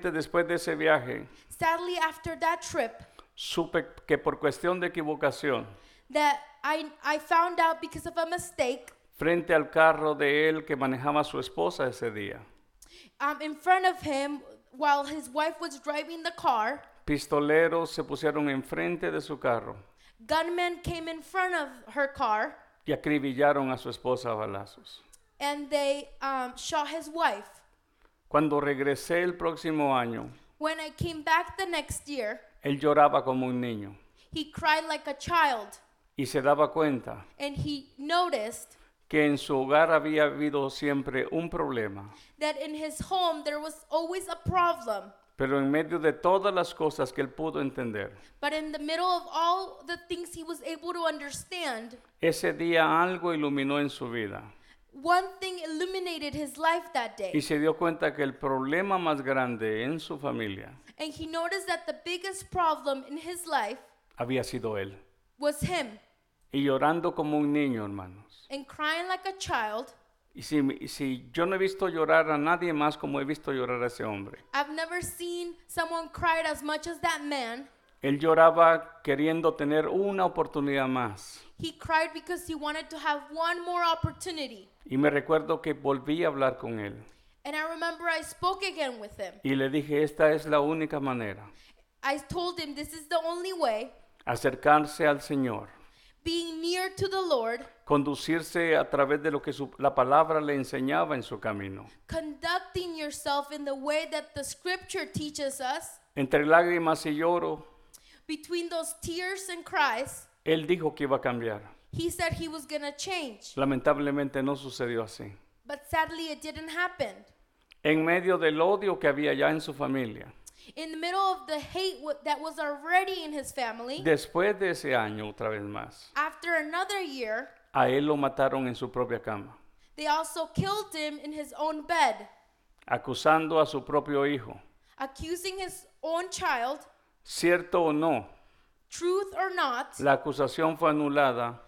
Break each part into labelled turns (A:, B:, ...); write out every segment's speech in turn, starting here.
A: después de ese viaje,
B: Sadly, after that trip,
A: supe que por cuestión de equivocación,
B: that I, I found out because of a mistake
A: frente al carro de él que manejaba su esposa ese día,
B: um, in front of him while his wife was driving the car.
A: pistoleros se pusieron enfrente de su carro
B: Gunmen came in front of her car
A: y acribillaron a su esposa a balazos.
B: and they um, shot his wife.
A: Cuando regresé el próximo año,
B: When I came back the next year,
A: él lloraba como un niño
B: he cried like a child
A: y se daba cuenta
B: and he noticed
A: que en su hogar había habido siempre un problema,
B: that in his home there was always a problem.
A: pero en medio de todas las cosas que él pudo entender,
B: But in the middle of all the things he was able to understand,
A: ese día algo iluminó en su vida
B: one thing illuminated his life that day.
A: y se dio cuenta que el problema más grande en su familia
B: And he noticed that the biggest problem in his life
A: había sido él.
B: was him.
A: Y llorando como un niño, hermanos.
B: And crying like a child,
A: Y si, y si yo no he visto llorar a nadie más como he visto llorar a ese hombre.
B: I've never seen someone cried as much as that man.
A: Él lloraba queriendo tener una oportunidad más.
B: He cried because he wanted to have one more opportunity.
A: Y me recuerdo que volví a hablar con él.
B: And I remember I spoke again with him.
A: Y le dije, esta es la única manera.
B: I told him this is the only way
A: Acercarse al Señor.
B: being near to the Lord,
A: Conducirse a través de lo que su- la palabra le enseñaba en su camino.
B: conducting yourself in the way that the scripture teaches us.
A: Entre lágrimas y lloro,
B: Between those tears and cries,
A: él dijo que iba a cambiar.
B: he said he was going to change.
A: Lamentablemente no sucedió así.
B: But sadly, it didn't happen.
A: En medio del odio que había ya en su familia.
B: In the middle of the hate wa- that was already in his family,
A: Después de ese año, otra vez más,
B: after another year,
A: a él lo mataron en su propia cama,
B: they also killed him in his own bed,
A: acusando a su propio hijo.
B: accusing his own child,
A: Cierto o no,
B: truth or not.
A: la acusación fue anulada,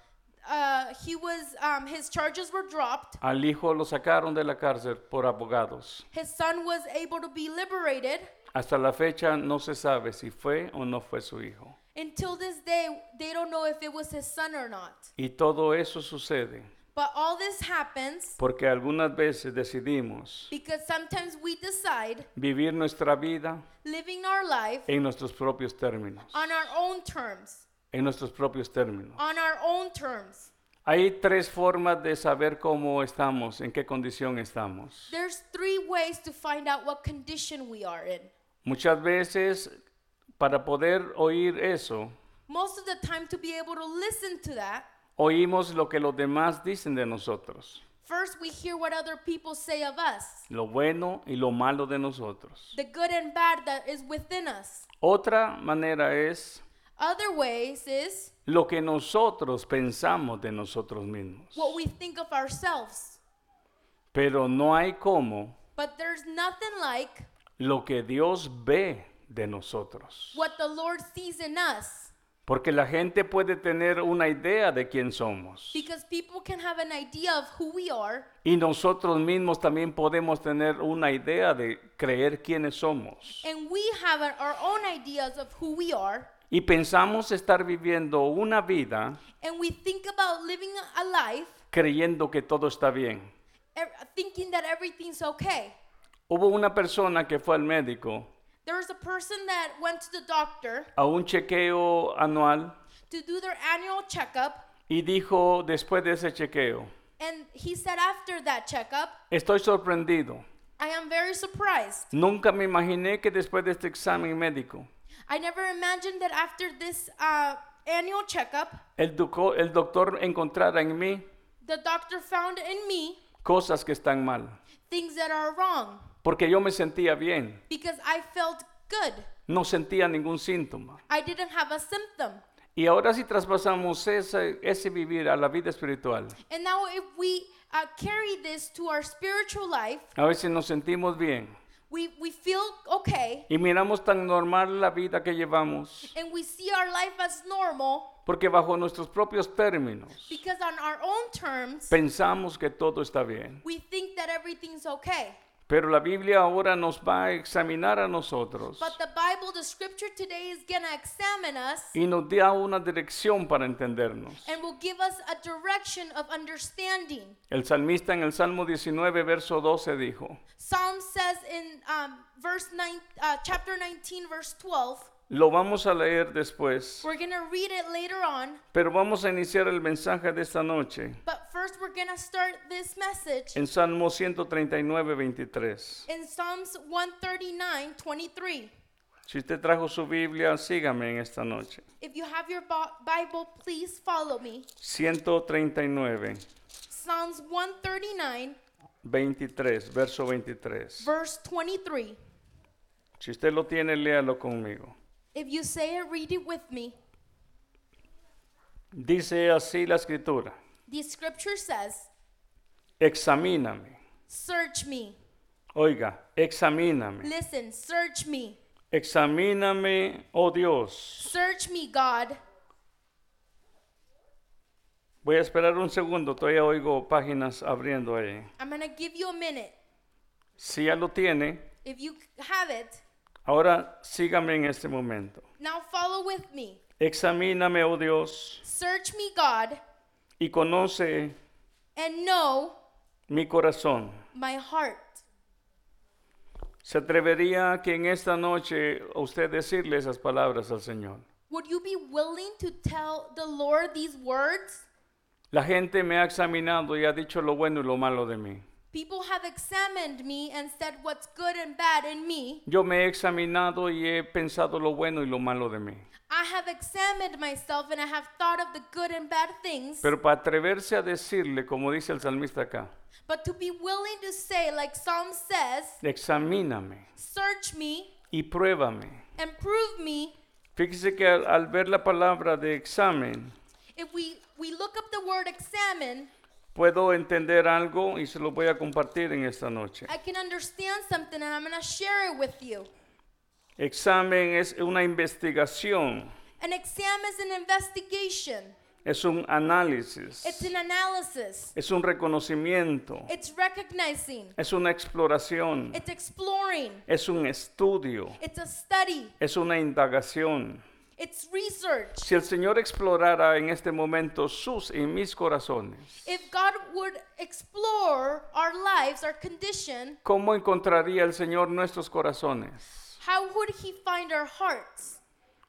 B: Uh, he was, um, his charges were dropped.
A: al hijo lo sacaron de la cárcel por abogados.
B: His son was able to be liberated.
A: Hasta la fecha no se sabe si fue o no fue su hijo.
B: Until this day, they don't know if it was his son or not.
A: Y todo eso sucede
B: But all this happens
A: porque algunas veces decidimos
B: because sometimes we decide
A: vivir nuestra vida
B: living our life
A: en nuestros propios términos,
B: on our own terms.
A: en nuestros propios términos.
B: On our own terms.
A: Hay tres formas de saber cómo estamos, en qué condición estamos.
B: There's three ways to find out what condition we are in.
A: Muchas veces, para poder oír eso,
B: Most of the time, to be able to listen to that,
A: oímos lo que los demás dicen de nosotros,
B: first we hear what other people say of us,
A: lo bueno y lo malo de nosotros.
B: the good and bad that is within us.
A: Otra manera es
B: Other ways is
A: lo que nosotros pensamos de nosotros mismos.
B: what we think of ourselves.
A: Pero no hay como
B: But there's nothing like
A: lo que Dios ve de nosotros.
B: what the Lord sees in us
A: Porque la gente puede tener una idea de quién somos.
B: because people can have an idea of who we are,
A: Y nosotros mismos también podemos tener una idea de creer quiénes somos.
B: and we have our- our own ideas of who we are,
A: Y pensamos estar viviendo una vida
B: and we think about living a life
A: creyendo que todo está bien.
B: ev- thinking that everything's okay.
A: Hubo una persona que fue al médico
B: There was a person that went to the doctor
A: a un chequeo anual
B: to do their annual checkup,
A: y dijo después de ese chequeo,
B: and he said after that checkup,
A: estoy sorprendido.
B: I am very surprised.
A: Nunca me imaginé que después de este examen médico,
B: I never imagined that after this uh, annual checkup,
A: el, doco- el doctor encontrara en mí
B: the doctor found in me
A: cosas que están mal.
B: things that are wrong
A: Porque yo me sentía bien,
B: because I felt good.
A: no sentía ningún síntoma.
B: I didn't have a symptom.
A: Y ahora si traspasamos ese, ese vivir a la vida espiritual,
B: And now, if we uh, carry this to our spiritual life,
A: a veces nos sentimos bien
B: we, we feel okay
A: y miramos tan normal la vida que llevamos,
B: and we see our life as normal
A: porque bajo nuestros propios términos
B: because, on our own terms,
A: pensamos que todo está bien.
B: we think that everything's okay.
A: Pero la Biblia ahora nos va a examinar a nosotros
B: But the Bible, the scripture today is going to examine us
A: y nos da una dirección para entendernos.
B: and will give us a direction of understanding.
A: El salmista en el Salmo 19, verso 12 dijo,
B: Psalm says in um, verse nine, uh, chapter 19, verse 12,
A: lo vamos a leer después,
B: we're going to read it later on,
A: pero vamos a iniciar el mensaje de esta noche
B: but first we're going to start this message
A: en Salmo 139, 23.
B: in Psalms 139, 23.
A: Si usted trajo su Biblia, sígame en esta noche.
B: If you have your Bi- Bible, please follow me.
A: 139,
B: Psalms 139,
A: 23, verso 23.
B: verse 23.
A: Si usted lo tiene, léalo conmigo.
B: If you say it, read it with me.
A: Dice así la escritura,
B: The scripture says,
A: examíname.
B: Search me.
A: Oiga, examíname.
B: Listen, search me.
A: Examíname, oh Dios.
B: Search me, God.
A: Voy a esperar un segundo, todavía oigo páginas abriendo ahí.
B: I'm going to give you a minute.
A: Si ya lo tiene,
B: If you have it,
A: ahora sígame en este momento.
B: now follow with me.
A: Examíname, oh Dios,
B: Search me, God,
A: y conoce
B: and know
A: mi corazón.
B: my heart.
A: ¿Se atrevería que en esta noche a usted decirle esas palabras al Señor?
B: Would you be willing to tell the Lord these words?
A: La gente me ha examinado y ha dicho lo bueno y lo malo de mí.
B: People have examined me and said what's good and bad in me.
A: Yo me he examinado y he pensado lo bueno y lo malo de mí.
B: I have examined myself and I have thought of the good and bad things.
A: Pero para atreverse a decirle, como dice el salmista acá,
B: but to be willing to say, like Psalm says,
A: examíname
B: search me
A: y pruébame.
B: and prove me.
A: Fíjese que al, al ver la palabra de examen,
B: If we, we look up the word examine,
A: puedo entender algo y se lo voy a compartir en esta noche.
B: I can understand something and I'm going to share it with you.
A: Examen es una investigación,
B: An exam is an investigation,
A: es un análisis,
B: it's an analysis,
A: es un reconocimiento,
B: it's recognizing,
A: es una exploración,
B: it's exploring,
A: es un estudio,
B: it's a study,
A: es una indagación.
B: it's research.
A: Si el Señor explorara en este momento sus y mis corazones,
B: If God would explore our lives, our condition,
A: ¿cómo encontraría el Señor nuestros corazones?
B: how would He find our hearts?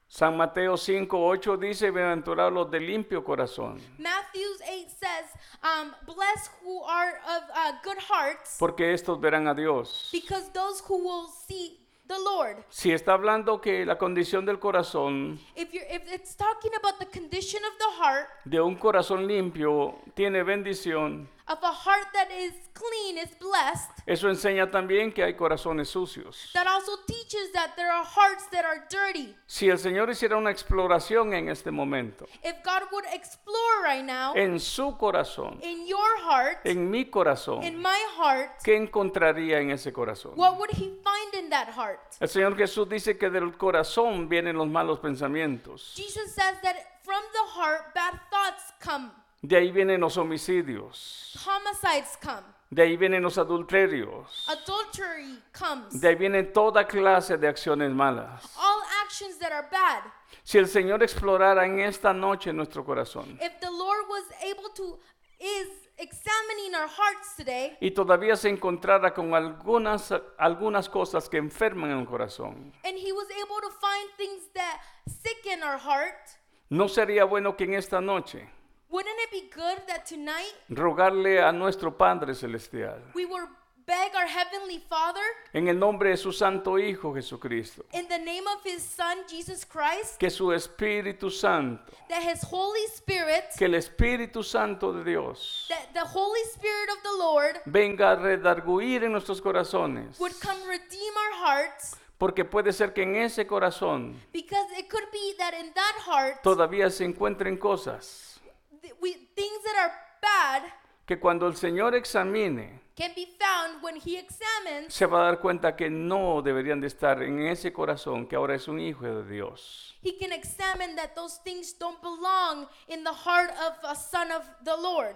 A: San Mateo 5, 8 dice, bienaventurados los de limpio corazón,
B: Matthew 8 says, um, Blessed who are of uh, good hearts,
A: porque estos verán a Dios.
B: because those who will see the Lord.
A: Si está hablando que la condición del corazón,
B: If, you're, if it's talking about the condition of the heart,
A: de un corazón limpio, tiene bendición,
B: of a heart that is clean is blessed,
A: eso enseña también que hay corazones sucios.
B: that also teaches that there are hearts that are dirty.
A: Si el Señor hiciera una exploración en este momento,
B: If God would explore right now
A: en su corazón,
B: in your heart,
A: en mi corazón,
B: in my heart,
A: ¿qué encontraría en ese corazón?
B: what would He find in that heart?
A: El Señor Jesús dice que del corazón vienen los malos pensamientos.
B: Jesus says that from the heart, bad thoughts come,
A: De ahí vienen los homicidios.
B: homicides come,
A: De ahí vienen los adulterios.
B: adultery comes,
A: De ahí viene toda clase de acciones malas.
B: all actions that are bad.
A: Si el Señor explorara en esta noche nuestro corazón
B: If the Lord was able to, is examining our hearts today,
A: y todavía se encontrara con algunas, algunas cosas que enferman el corazón,
B: and he was able to find things that sicken our heart.
A: ¿no sería bueno que en esta noche
B: Wouldn't it be good that tonight
A: rogarle a nuestro Padre Celestial,
B: we would beg our Heavenly Father
A: en el nombre de su Santo Hijo Jesucristo,
B: in the name of His Son, Jesus Christ,
A: que su Espíritu Santo,
B: that His Holy Spirit,
A: que el Espíritu Santo de Dios
B: that the Holy Spirit of the Lord
A: venga a redarguir en nuestros corazones?
B: would come redeem our hearts
A: Porque puede ser que en ese corazón
B: because it could be that in that heart
A: todavía se encuentren cosas
B: th- we, things that are bad
A: que cuando el Señor examine
B: can be found when He examines.
A: se va a dar cuenta que no deberían de estar en ese corazón que ahora es un hijo de Dios.
B: He can examine that those things don't belong in the heart of a son of the Lord.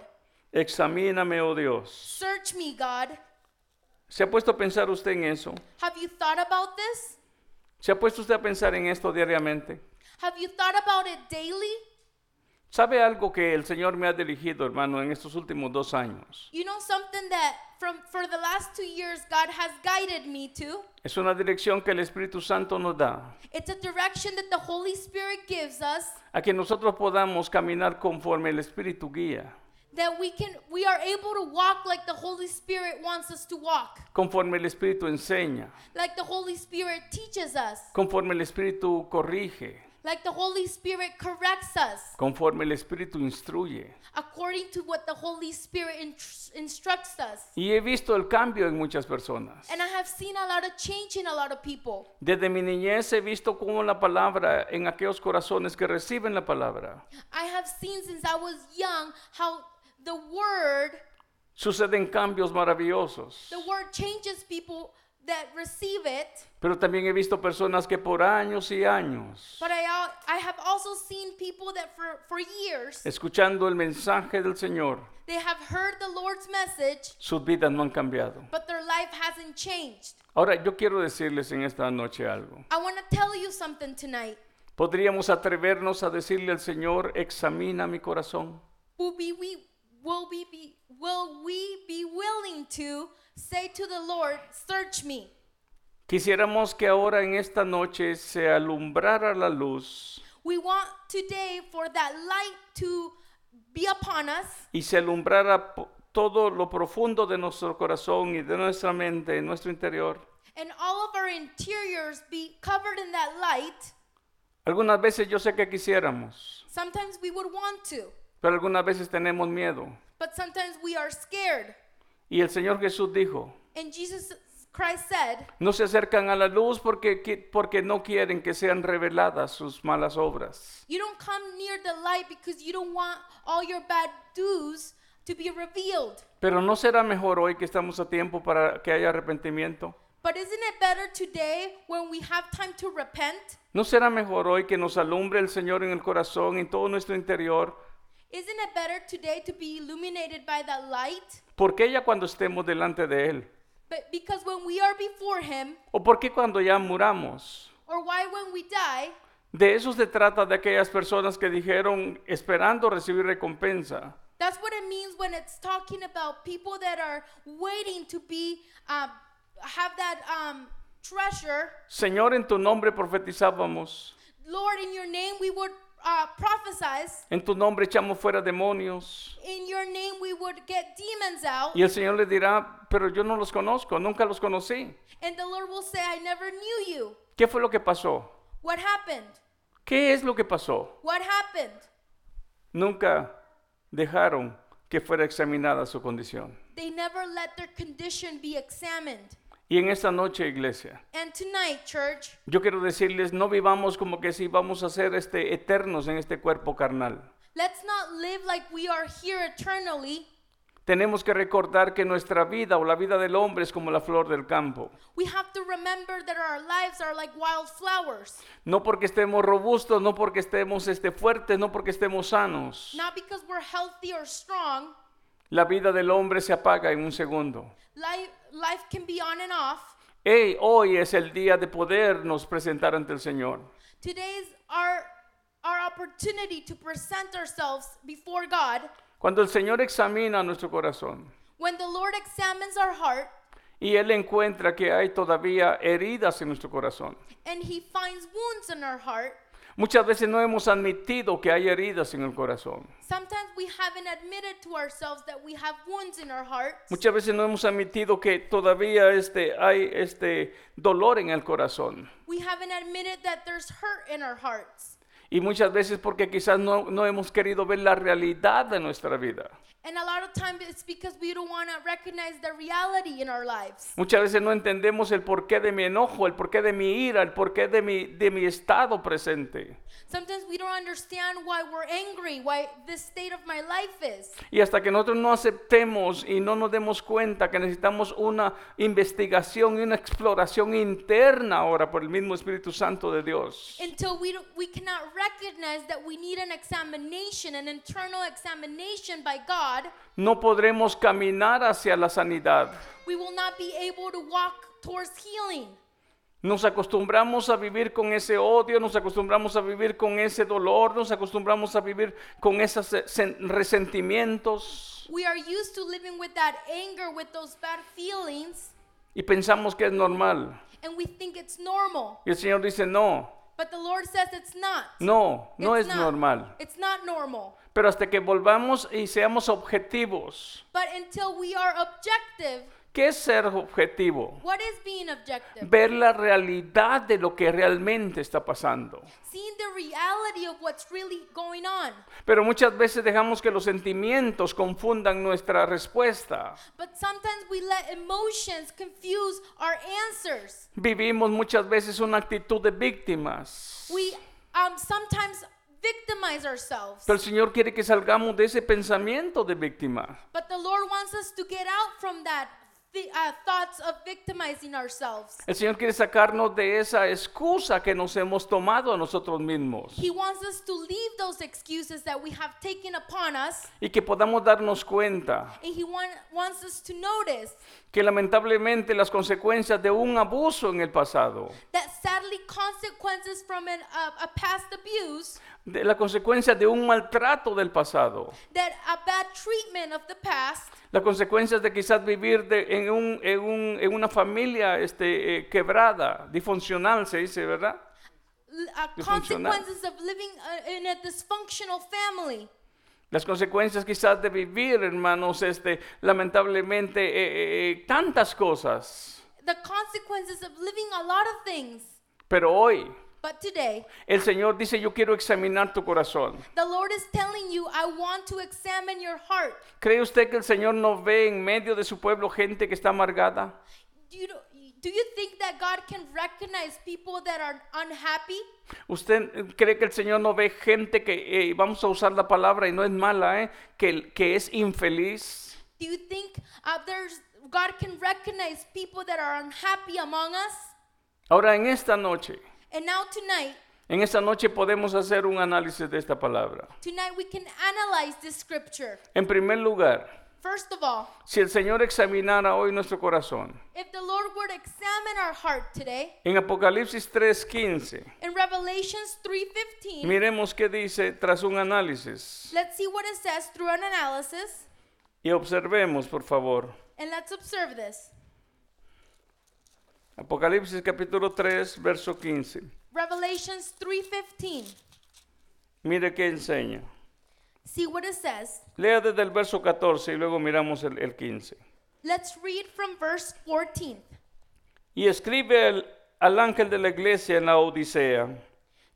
A: Examíname, oh Dios,
B: Search me, God,
A: ¿Se ha puesto a pensar usted en eso?
B: Have you thought about this?
A: ¿Se ha puesto usted a pensar en esto diariamente?
B: Have you thought about it daily?
A: ¿Sabe algo que el Señor me ha dirigido, hermano, en estos últimos dos años?
B: You know something that from for the last 2 years God has guided me to?
A: Es una dirección que el Espíritu Santo nos da
B: It's a direction that the Holy Spirit gives us
A: a que nosotros podamos caminar conforme el Espíritu guía,
B: that we can we are able to walk like the Holy Spirit wants us to walk,
A: conforme el Espíritu enseña,
B: like the Holy Spirit teaches us,
A: conforme el Espíritu corrige,
B: like the Holy Spirit corrects us,
A: conforme el Espíritu instruye.
B: according to what the Holy Spirit intr- instructs us.
A: Y he visto el cambio en muchas personas.
B: And I have seen a lot of change in a lot of people.
A: Desde mi niñez he visto cómo la palabra en aquellos corazones que reciben la palabra
B: I have seen since I was young how the word,
A: suceden cambios maravillosos.
B: the word changes people that receive it.
A: Pero también he visto personas que por años y años,
B: But I, al- I have also seen people that for, for years
A: escuchando el mensaje del Señor,
B: they have heard the Lord's message,
A: sus vidas no han cambiado.
B: but their life hasn't changed.
A: Ahora yo quiero decirles en esta noche algo.
B: I want to tell you something tonight.
A: ¿Podríamos atrevernos a decirle al Señor, examina mi corazón?
B: Will we, we, will we be will we be willing to say to the Lord, search me?
A: Quisiéramos que ahora en esta noche se alumbrara la luz
B: We want today for that light to be upon us
A: y se alumbrara po- todo lo profundo de nuestro corazón y de nuestra mente, en nuestro interior.
B: and all of our interiors be covered in that light.
A: Algunas veces yo sé que quisiéramos,
B: Sometimes we would want to,
A: pero algunas veces tenemos miedo.
B: but sometimes we are scared.
A: Y el Señor Jesús dijo,
B: And Jesus Christ said,
A: no se acercan a la luz porque, qui- porque no quieren que sean reveladas sus malas obras.
B: You don't come near the light because you don't want all your bad deeds to be revealed.
A: Pero ¿no será mejor hoy que estamos a tiempo para que haya arrepentimiento?
B: But isn't it better today when we have time to repent?
A: ¿No será mejor hoy que nos alumbre el Señor en el corazón, en todo nuestro interior?
B: Isn't it better today to be illuminated by that light?
A: Porque ella cuando estemos delante de Él?
B: But because when we are before him,
A: ¿O por qué cuando ya muramos?
B: or why when we die,
A: De eso se trata de aquellas personas que dijeron esperando recibir recompensa.
B: that's what it means when it's talking about people that are waiting to be um, have that um, treasure.
A: Señor, en tu nombre profetizábamos,
B: Lord, in your name we would uh, prophesize.
A: en tu nombre echamos fuera demonios.
B: In your name we would get demons out.
A: Y el Señor les dirá, pero yo no los conozco, nunca los conocí.
B: And the Lord will say, I never knew you.
A: ¿Qué fue lo que pasó?
B: What happened?
A: ¿Qué es lo que pasó?
B: What happened?
A: Nunca dejaron que fuera examinada su condición.
B: They never let their condition be examined.
A: Y en esta noche, iglesia,
B: And tonight, church,
A: yo quiero decirles, no vivamos como que si vamos a ser este, eternos en este cuerpo carnal.
B: let's not live like we are here eternally.
A: Tenemos que recordar que nuestra vida o la vida del hombre es como la flor del campo.
B: We have to remember that our lives are like wildflowers.
A: No porque estemos robustos, no porque estemos este, fuertes, no porque estemos sanos.
B: Not because we're healthy or strong.
A: La vida del hombre se apaga en un segundo.
B: Life, life can be on and off.
A: Hey, hoy es el día de podernos presentar ante el Señor.
B: Today's our our opportunity to present ourselves before God.
A: Cuando el Señor examina nuestro corazón
B: When the Lord examines our heart
A: y Él encuentra que hay todavía heridas en nuestro corazón.
B: and he finds wounds in our heart,
A: Muchas veces no hemos admitido que hay heridas en el corazón.
B: sometimes we haven't admitted to ourselves that we have wounds in our heart.
A: Muchas veces no hemos admitido que todavía este, hay este dolor en el corazón.
B: We haven't admitted that there's hurt in our hearts.
A: Y muchas veces porque quizás no, no hemos querido ver la realidad de nuestra vida.
B: And a lot of times it's because we don't want to recognize the reality in our lives.
A: Muchas veces no entendemos el porqué de mi enojo, el porqué de mi ira, el porqué de mi, de mi estado presente.
B: Sometimes we don't understand why we're angry, why this state of my life is.
A: Y hasta que nosotros no aceptemos y no nos demos cuenta que necesitamos una investigación y una exploración interna ahora por el mismo Espíritu Santo de Dios.
B: Until we, don't- we cannot recognize that we need an examination, an internal examination by God God,
A: no podremos caminar hacia la sanidad.
B: we will not be able to walk towards healing.
A: Nos acostumbramos a vivir con ese odio, nos acostumbramos a vivir con ese dolor, nos acostumbramos a vivir con esos se- sen- resentimientos
B: We are used to living with that anger, with those bad feelings,
A: y pensamos que es normal.
B: and we think it's normal.
A: Y el Señor dice, no,
B: But the Lord says it's not.
A: no, no
B: It's
A: es
B: not.
A: normal.
B: It's not normal.
A: Pero hasta que volvamos y seamos objetivos.
B: But until we are objective,
A: ¿Qué es ser objetivo?
B: what is being objective?
A: Ver la realidad de lo que realmente está pasando.
B: Seeing the reality of what's really going on.
A: Pero muchas veces dejamos que los sentimientos confundan nuestra respuesta.
B: But sometimes we let emotions confuse our answers.
A: Vivimos muchas veces una actitud de víctimas.
B: We um, sometimes victimize ourselves.
A: Pero el Señor quiere que salgamos de ese pensamiento de víctima.
B: But the Lord wants us to get out from that thi- uh, thoughts of victimizing ourselves.
A: El Señor quiere sacarnos de esa excusa que nos hemos tomado a nosotros mismos
B: He wants us to leave those excuses that we have taken upon us,
A: y que podamos darnos cuenta
B: and He want, wants us to notice
A: que lamentablemente las consecuencias de un abuso en el pasado,
B: that sadly consequences from an, uh, a, a past abuse,
A: de las consecuencias de un maltrato del pasado,
B: that a bad treatment of the past,
A: las consecuencias de quizás vivir de- en, un- en un- en una familia este, eh, quebrada, disfuncional, se dice, ¿verdad?
B: l- uh,
A: Dysfunctional.
B: consequences of living uh, in a dysfunctional family,
A: Las consecuencias quizás de vivir, hermanos, este, lamentablemente, eh, eh, eh, tantas cosas.
B: the consequences of living a lot of things.
A: Pero hoy
B: But today,
A: el Señor dice, yo quiero examinar tu corazón.
B: the Lord is telling you, I want to examine your heart.
A: ¿Cree usted que el Señor no ve en medio de su pueblo gente que está amargada?
B: Do you, do you think that God can recognize people that are unhappy?
A: ¿Usted eh, cree que el Señor no ve gente que, eh, vamos a usar la palabra y no es mala, eh, que, que es infeliz?
B: Do you think uh, there's God can recognize people that are unhappy among us?
A: Ahora en esta noche,
B: And now tonight,
A: en esta noche podemos hacer un análisis de esta palabra.
B: tonight we can analyze this scripture.
A: En primer lugar,
B: First of all,
A: si el Señor examinara hoy nuestro corazón,
B: if the Lord were to examine our heart today,
A: En Apocalipsis 3:15,
B: in Revelations 3:15,
A: miremos qué dice tras un análisis
B: let's see what it says through an analysis
A: y observemos, por favor.
B: and let's observe this.
A: Apocalipsis capítulo 3, verso 15.
B: Revelations 3:15.
A: Mire qué enseña.
B: See what it says.
A: Lea desde el verso 14 y luego miramos el, el 15.
B: Let's read from verse 14.
A: Y escribe el- al ángel de la iglesia en la Odisea.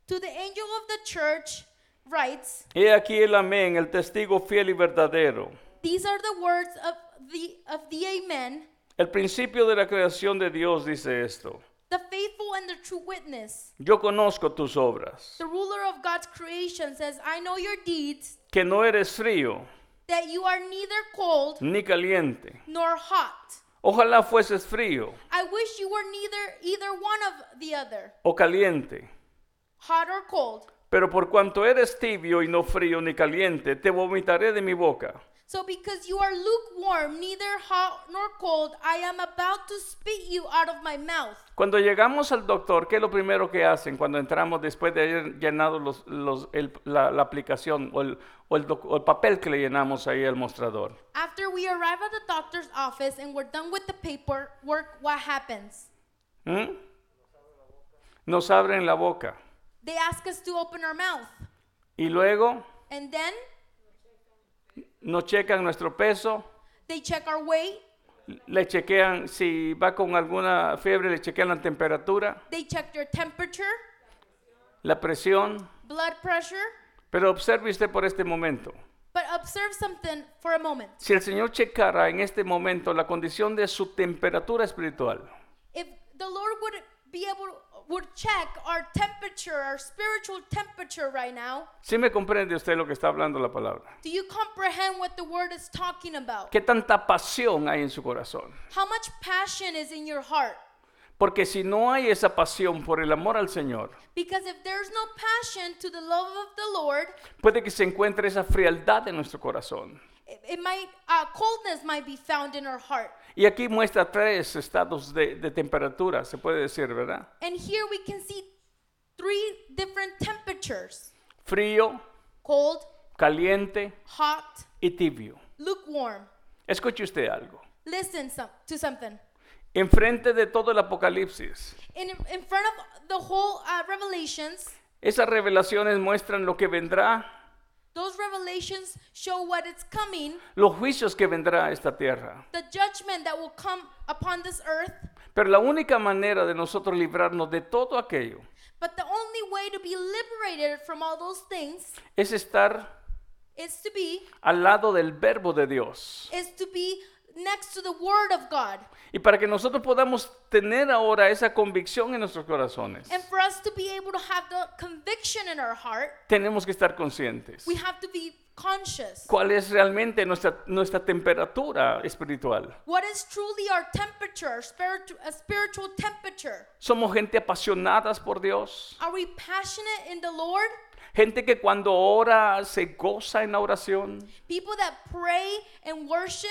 B: To the angel of the church writes,
A: He aquí el amén, el testigo fiel y verdadero,
B: These are the words of the of the Amen,
A: el principio de la creación de Dios dice esto.
B: the faithful and the true witness.
A: Yo conozco tus obras,
B: The ruler of God's creation says, I know your deeds,
A: que no eres frío
B: that you are neither cold
A: ni caliente.
B: nor hot.
A: Ojalá fueses frío
B: I wish you were neither either one of the other,
A: o caliente,
B: hot or cold.
A: pero por cuanto eres tibio y no frío ni caliente, te vomitaré de mi boca.
B: So because you are lukewarm, neither hot nor cold, I am about to spit you out of my mouth.
A: Cuando llegamos al doctor, ¿qué es lo primero que hacen cuando entramos después de haber llenado los- los- el- la, la aplicación o el, o el doc- o el papel que le llenamos ahí al mostrador?
B: After we arrive at the doctor's office and we're done with the paperwork, what happens?
A: ¿Mm? Nos abren la boca
B: They ask us to open our mouth.
A: y luego
B: And then
A: nos checan nuestro peso,
B: they check our weight,
A: le chequean si va con alguna fiebre, le chequean la temperatura,
B: they check your temperature,
A: la presión,
B: blood pressure.
A: Pero observe usted por este momento.
B: But observe something for a moment.
A: Si el Señor checara en este momento la condición de su temperatura espiritual,
B: If the Lord would be able would check our temperature, our spiritual temperature right now,
A: ¿sí me comprende usted lo que está hablando la palabra?
B: do you comprehend what the word is talking about?
A: ¿Qué tanta pasión hay en su corazón?
B: How much passion is in your heart?
A: Porque si no hay esa pasión por el amor al Señor,
B: Because if there's no passion to the love of the Lord,
A: puede que se encuentre esa frialdad en nuestro corazón.
B: it, it might, uh, coldness might be found in our heart.
A: Y aquí muestra tres estados de, de temperatura, se puede decir, ¿verdad?
B: And here we can see three different temperatures
A: Frío,
B: cold,
A: caliente
B: hot,
A: y tibio.
B: lukewarm.
A: Escuche usted algo.
B: Listen some, to something.
A: Enfrente de todo el Apocalipsis,
B: In, in front of the whole uh, revelations,
A: esas revelaciones muestran lo que vendrá,
B: those revelations show what it's coming,
A: los juicios que vendrá a esta tierra.
B: the judgment that will come upon this earth.
A: Pero la única manera de nosotros librarnos de todo aquello
B: But the only way to be liberated from all those things
A: es estar
B: is to be
A: al lado del verbo de Dios.
B: is to be next to the word of God.
A: Y para que nosotros podamos tener ahora esa convicción en nuestros corazones,
B: And for us to be able to have the conviction in our heart,
A: tenemos que estar conscientes.
B: we have to be conscious.
A: ¿Cuál es realmente nuestra, nuestra temperatura espiritual?
B: What is truly our temperature, spiritu- a spiritual temperature?
A: ¿Somos gente apasionadas por Dios?
B: Are we passionate in the Lord?
A: Gente que cuando ora se goza en la oración.
B: People that pray and worship,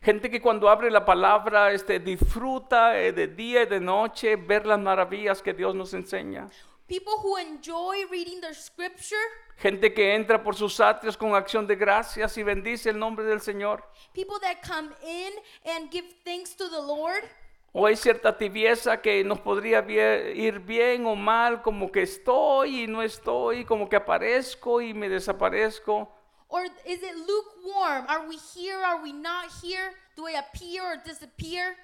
A: Gente que cuando abre la palabra este, disfruta eh, de día y de noche ver las maravillas que Dios nos enseña.
B: people who enjoy reading their scripture,
A: Gente que entra por sus atrios con acción de gracias y bendice el nombre del Señor.
B: people that come in and give thanks to the Lord.
A: O hay cierta tibieza que nos podría bie- ir bien o mal, como que estoy y no estoy, como que aparezco y me desaparezco.
B: Or is it lukewarm? Are we here? Are we not here? Do I appear or disappear?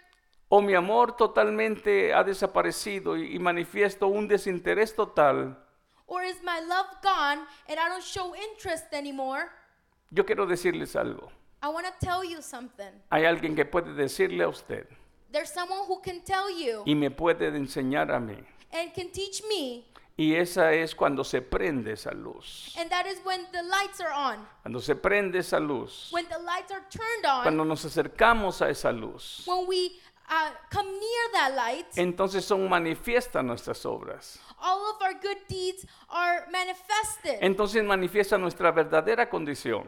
A: O mi amor totalmente ha desaparecido y, y manifiesto un desinterés total.
B: Or is my love gone and I don't show interest anymore?
A: Yo quiero decirles algo.
B: I want to tell you something.
A: Hay alguien que puede decirle a usted
B: There's someone who can tell you
A: y me puede enseñar a mí.
B: and can teach me,
A: Y esa es cuando se prende esa luz.
B: and that is when the lights are on,
A: Cuando se prende esa luz.
B: when the lights are turned on,
A: Cuando nos acercamos a esa luz.
B: when we uh, come near that light,
A: Entonces son manifiestas nuestras obras.
B: all of our good deeds are manifested.
A: Entonces manifiesta nuestra verdadera condición.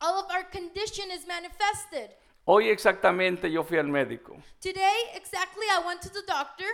B: All of our condition is manifested.
A: Hoy exactamente yo fui al médico
B: Today, exactly, I went to the doctor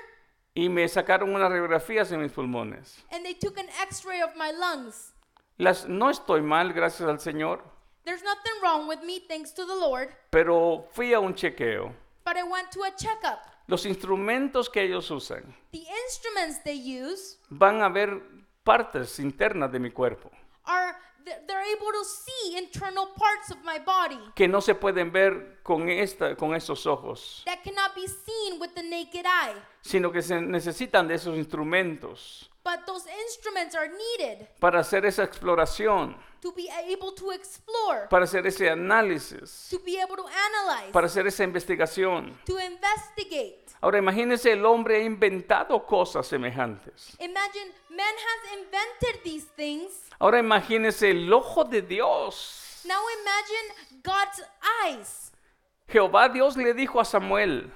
A: y me sacaron unas radiografías en mis pulmones.
B: and they took an x ray of my lungs.
A: Las, no estoy mal, gracias al Señor,
B: There's nothing wrong with me, thanks to the Lord,
A: pero fui a un chequeo.
B: but I went to a checkup.
A: Los instrumentos que ellos usan
B: The instruments they use
A: van a ver partes internas de mi cuerpo
B: are th- they're able to see internal parts of my body
A: que no se pueden ver con, esta, con estos ojos,
B: that cannot be seen with the naked eye.
A: sino que se necesitan de esos instrumentos
B: But those instruments are needed
A: para hacer esa exploración,
B: to be able to explore,
A: para hacer ese análisis.
B: to be able to analyze,
A: para hacer esa investigación.
B: to investigate.
A: Ahora imagínense el hombre ha inventado cosas semejantes.
B: Imagine man has invented these things.
A: Ahora imagínense el ojo de Dios.
B: Now imagine God's eyes.
A: Jehová Dios le dijo a Samuel,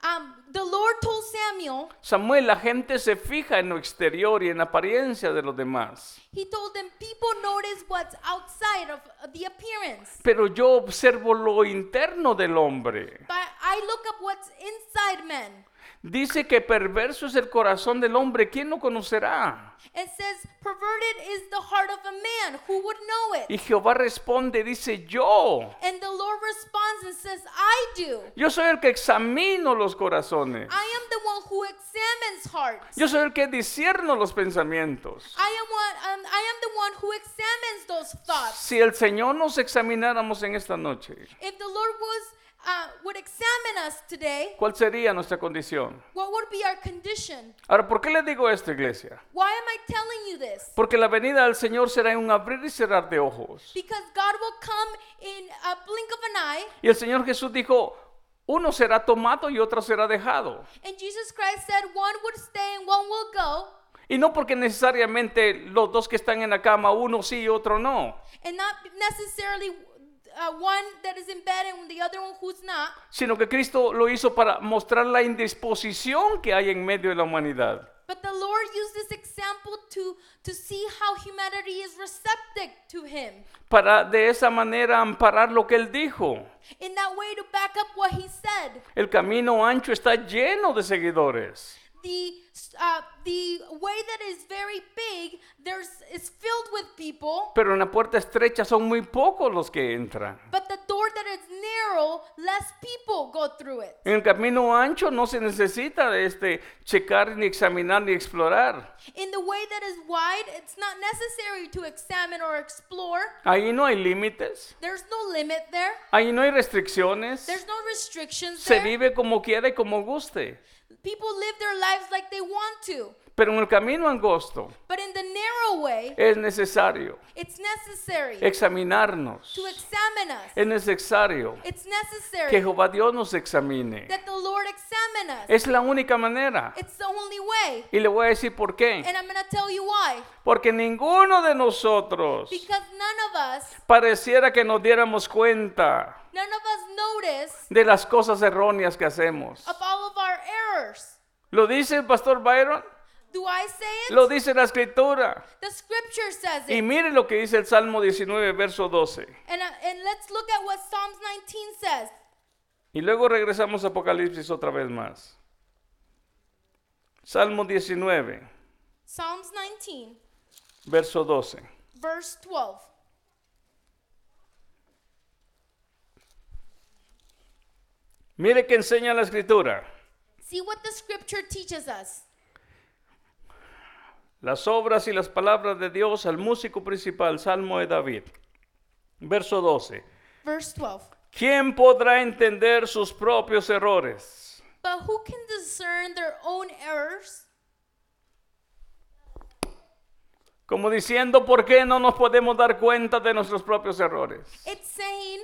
B: Um, the Lord told Samuel,
A: Samuel, la gente se fija en lo exterior y en la apariencia de los demás,
B: he told them, people notice what's outside of the appearance.
A: pero yo observo lo interno del hombre.
B: But I look up what's inside man.
A: Dice que perverso es el corazón del hombre, ¿quién lo conocerá?
B: It says, Perverted is the heart of a man. Who would know
A: Y
B: it?
A: Jehová responde, dice, yo,
B: And the Lord responds and says, I do.
A: yo soy el que examino los corazones.
B: I am the one who examines hearts.
A: Yo soy el que discierno los pensamientos.
B: I am, one, um, I am the one who examines those thoughts.
A: Si el Señor nos examináramos en esta noche,
B: If the Lord was, uh, would examine us today,
A: ¿cuál sería nuestra condición?
B: what would be our condition?
A: Ahora, ¿por qué le digo esto, iglesia?
B: Why am I telling you this?
A: Porque la venida del Señor será en un abrir y cerrar de ojos.
B: Because God will come in a blink of an eye,
A: Y el Señor Jesús dijo, uno será tomado y otro será dejado.
B: and Jesus Christ said, One would stay and one will go.
A: Y no porque necesariamente los dos que están en la cama, uno sí y otro no,
B: and not necessarily uh, one that is in bed and the other one who's not,
A: sino que Cristo lo hizo para mostrar la indisposición que hay en medio de la humanidad.
B: but the Lord used this example look to to see how humanity is receptive to him.
A: para de esa manera amparar lo que él dijo.
B: In that way to back up what he said.
A: El camino ancho está lleno de seguidores.
B: The uh, the way that is very big, there's is filled with people,
A: Pero en la puerta estrecha son muy pocos los que entran.
B: but the door that is narrow, less people go through it.
A: En el camino ancho no se necesita este, checar, ni examinar, ni explorar.
B: In the way that is wide, it's not necessary to examine or explore.
A: Ahí no hay límites,
B: There's no limit there.
A: ahí no hay restricciones.
B: There's no restrictions
A: Se
B: there.
A: vive como quiera y como guste.
B: People live their lives like they want to.
A: Pero en el camino angosto
B: But in the narrow way,
A: es necesario
B: it's necessary
A: examinarnos.
B: to examine us.
A: Es necesario
B: It's
A: que
B: necessary
A: Jehová Dios nos examine.
B: that the Lord examine us.
A: Es la única manera.
B: It's the only way.
A: Y le voy a decir por qué.
B: And I'm going to tell you why.
A: Porque ninguno de nosotros
B: Because none of us,
A: pareciera que nos diéramos cuenta
B: none of us notice
A: de las cosas erróneas que hacemos.
B: of all of our errors.
A: ¿Lo dice el pastor Byron?
B: Do I say
A: Lo
B: it?
A: dice la escritura.
B: The scripture says
A: Y
B: it.
A: mire lo que dice el Salmo 19, verso 12.
B: And, uh, and let's look at what Psalms 19 says.
A: Y luego regresamos a Apocalipsis otra vez más. Salmo 19,
B: Psalms 19,
A: verso 12.
B: verse 12.
A: Mire que enseña la escritura.
B: See what the scripture teaches us.
A: Las obras y las palabras de Dios al músico principal, Salmo de David. Verso 12.
B: Verse 12.
A: ¿Quién podrá entender sus propios errores?
B: But who can discern their own errors?
A: Como diciendo, ¿por qué no nos podemos dar cuenta de nuestros propios errores?
B: It's saying,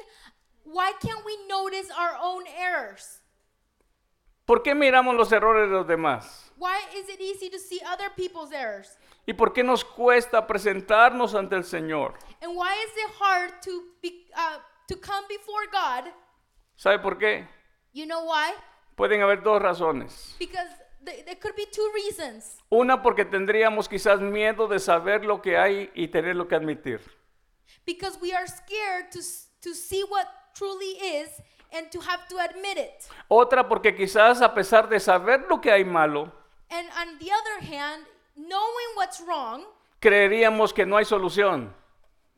B: why can't we notice our own errors?
A: ¿Por qué miramos los errores de los demás?
B: Why is it easy to see other people's errors?
A: ¿Y por qué nos cuesta presentarnos ante el Señor?
B: And why is it hard to be, uh, to come before God?
A: ¿Sabe por qué?
B: You know why?
A: Pueden haber dos razones.
B: Because th- there could be two reasons.
A: Una, porque tendríamos quizás miedo de saber lo que hay y tenerlo que admitir.
B: Because we are scared to s- to see what truly is and to have to admit it.
A: Otra, porque quizás a pesar de saber lo que hay malo,
B: And on the other hand, knowing what's wrong,
A: creeríamos que no hay solución.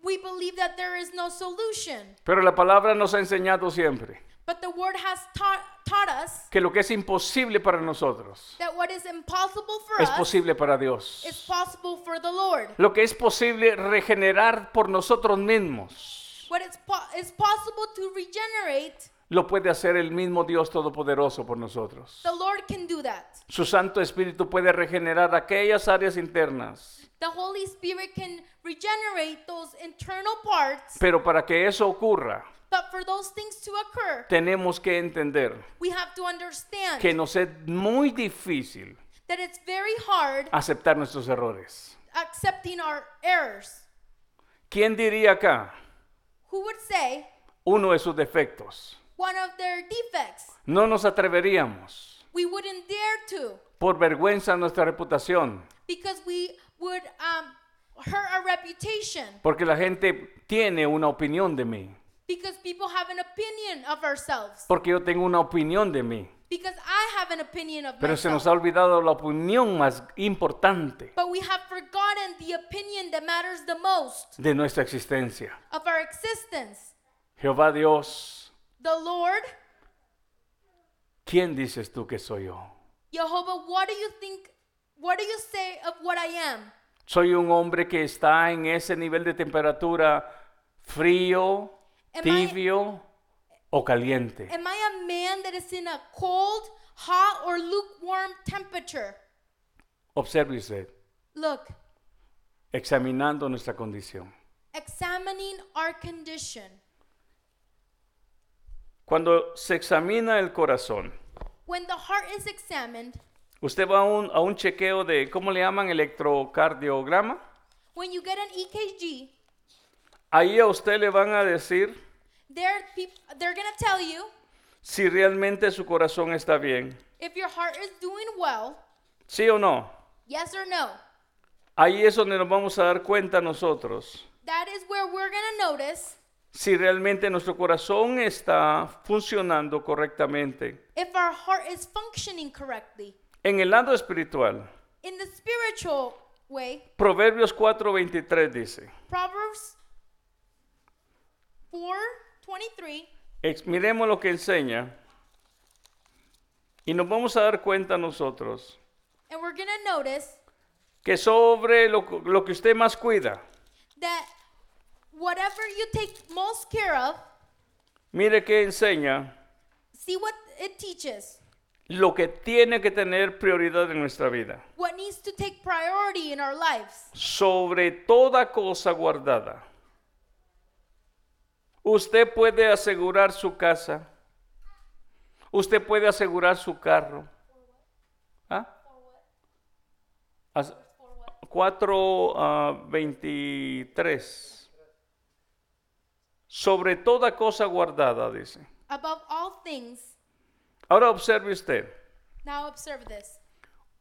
B: we believe that there is no solution.
A: Pero la palabra nos ha enseñado siempre
B: But the word has taught, taught us
A: que lo que es imposible para nosotros
B: that what is impossible for
A: es
B: us
A: posible para Dios.
B: is possible for the Lord.
A: Lo que es posible regenerar por nosotros mismos,
B: What is, po- is possible to regenerate,
A: lo puede hacer el mismo Dios Todopoderoso por nosotros.
B: the Lord can do that.
A: Su Santo Espíritu puede regenerar aquellas áreas internas,
B: The Holy Spirit can regenerate those internal parts.
A: pero para que eso ocurra,
B: But for those things to occur,
A: tenemos que entender
B: we have to understand
A: que nos es muy difícil
B: that it's very hard
A: aceptar nuestros errores.
B: accepting our errors.
A: ¿Quién diría acá
B: Who would say
A: uno de sus defectos?
B: one of their defects?
A: No nos atreveríamos,
B: We wouldn't dare to
A: por vergüenza a nuestra reputación,
B: because we would um, hurt our reputation
A: porque la gente tiene una opinión de mí,
B: because people have an opinion of ourselves
A: porque yo tengo una opinión de mí.
B: because I have an opinion of
A: Pero se nos ha
B: myself.
A: olvidado la opinión más importante
B: But we have forgotten the opinion that matters the most
A: de nuestra existencia.
B: of our existence.
A: Jehová Dios,
B: The Lord,
A: ¿quién dices tú que soy yo?
B: Jehovah, what do you think? What do you say of what I am?
A: Soy un hombre que está en ese nivel de temperatura frío,
B: Am I-
A: tibio o caliente.
B: Am I a man that is in a cold, hot, or lukewarm temperature?
A: Observe usted,
B: Look,
A: examinando nuestra condición.
B: examining our condition.
A: Cuando se examina el corazón,
B: When the heart is examined,
A: usted va a un, a un chequeo de, ¿cómo le llaman? Electrocardiograma.
B: when you get an E EKG,
A: Ahí a usted le van a decir
B: they're, peop- they're going to tell you
A: si realmente su corazón está bien.
B: if your heart is doing well,
A: ¿Sí o no?
B: yes or no.
A: Ahí es donde nos vamos a dar cuenta nosotros
B: That is where we're going to notice
A: si realmente nuestro corazón está funcionando correctamente.
B: if our heart is functioning correctly.
A: En el lado espiritual,
B: In the spiritual way,
A: Proverbios 4:23 dice,
B: Proverbs 4:23
A: ex- miremos lo que enseña y nos vamos a dar cuenta nosotros
B: and we're going to notice
A: que sobre lo, cu- lo que usted más cuida,
B: that whatever you take most care of,
A: mire que enseña
B: see what it teaches,
A: lo que tiene que tener prioridad en nuestra vida.
B: what needs to take priority in our lives.
A: sobre toda cosa guardada. Usted puede asegurar su casa. Usted puede asegurar su carro. ¿Ah? As- 4 ah, 23. Sobre toda cosa guardada, dice.
B: Above all things,
A: Ahora observe usted.
B: now observe this.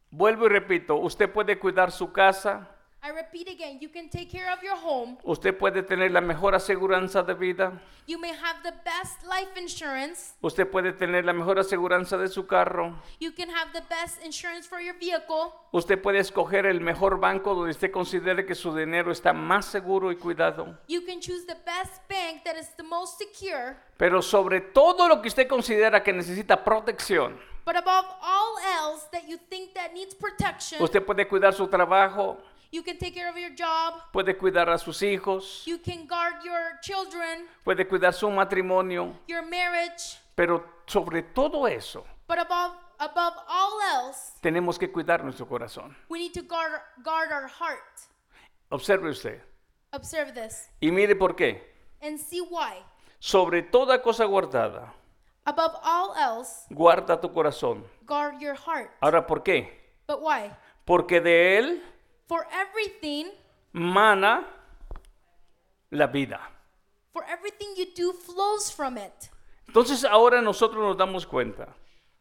A: Vuelvo y repito, usted puede cuidar su casa,
B: I repeat again, you can take care of your home.
A: usted puede tener la mejor aseguranza de vida,
B: You may have the best life insurance.
A: Usted puede tener la mejor aseguranza de su carro.
B: You can have the best insurance for your vehicle.
A: Usted puede escoger el mejor banco donde usted considere que su dinero está más seguro y cuidado.
B: You can choose the best bank that is the most secure.
A: Pero sobre todo lo que usted considera que necesita protección,
B: But above all else that you think that needs protection,
A: usted puede cuidar su trabajo,
B: you can take care of your job.
A: puede cuidar a sus hijos,
B: You can guard your children,
A: puede cuidar su matrimonio.
B: your marriage.
A: Pero sobre todo eso,
B: But above above all else,
A: tenemos que cuidar nuestro corazón.
B: we need to guard guard our heart.
A: Observe usted.
B: Observe this
A: Y mire por qué.
B: and see why.
A: Sobre toda cosa guardada,
B: Above all else,
A: guarda tu corazón.
B: guard your heart.
A: Ahora, ¿por qué?
B: But why?
A: Porque de él
B: For everything,
A: mana la vida.
B: for everything you do flows from it.
A: Entonces ahora nosotros nos damos cuenta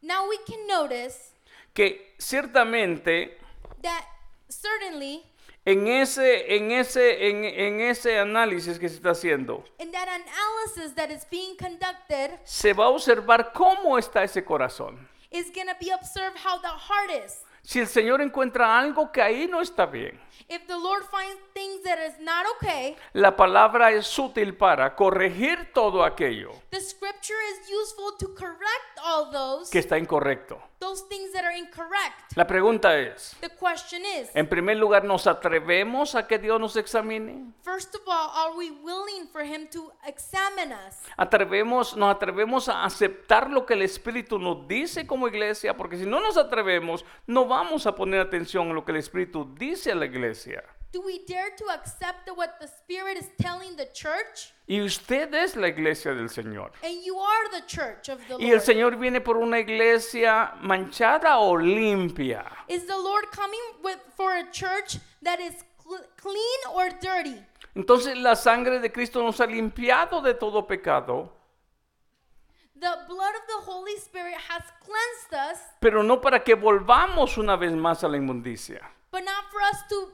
B: Now we can notice
A: que ciertamente
B: that certainly
A: en ese, en ese, en, en ese análisis que se está haciendo,
B: in that analysis that is being conducted
A: se va a observar cómo está ese corazón.
B: is going to be observed how the heart is.
A: Si el Señor encuentra algo que ahí no está bien,
B: If the Lord finds things that is not okay,
A: la palabra es útil para corregir todo aquello
B: the scripture is useful to correct all those
A: que está incorrecto.
B: those things that are incorrect.
A: La pregunta es,
B: The question is,
A: en primer lugar, ¿nos atrevemos a que Dios nos examine?
B: first of all, are we willing for him to examine us?
A: Atrevemos, nos atrevemos a aceptar lo que el Espíritu nos dice como iglesia, porque si no nos atrevemos, no vamos a poner atención a lo que el Espíritu dice a la iglesia.
B: Do we dare to accept that what the spirit is telling the church?
A: Y usted es la iglesia del Señor.
B: And you are the church of the
A: Y el
B: Lord.
A: Señor viene por una iglesia manchada o limpia.
B: Is the Lord coming with, for a church that is cl- clean or dirty?
A: Entonces la sangre de Cristo nos ha limpiado de todo pecado,
B: The blood of the Holy Spirit has cleansed us,
A: pero no para que volvamos una vez más a la inmundicia,
B: but not for us to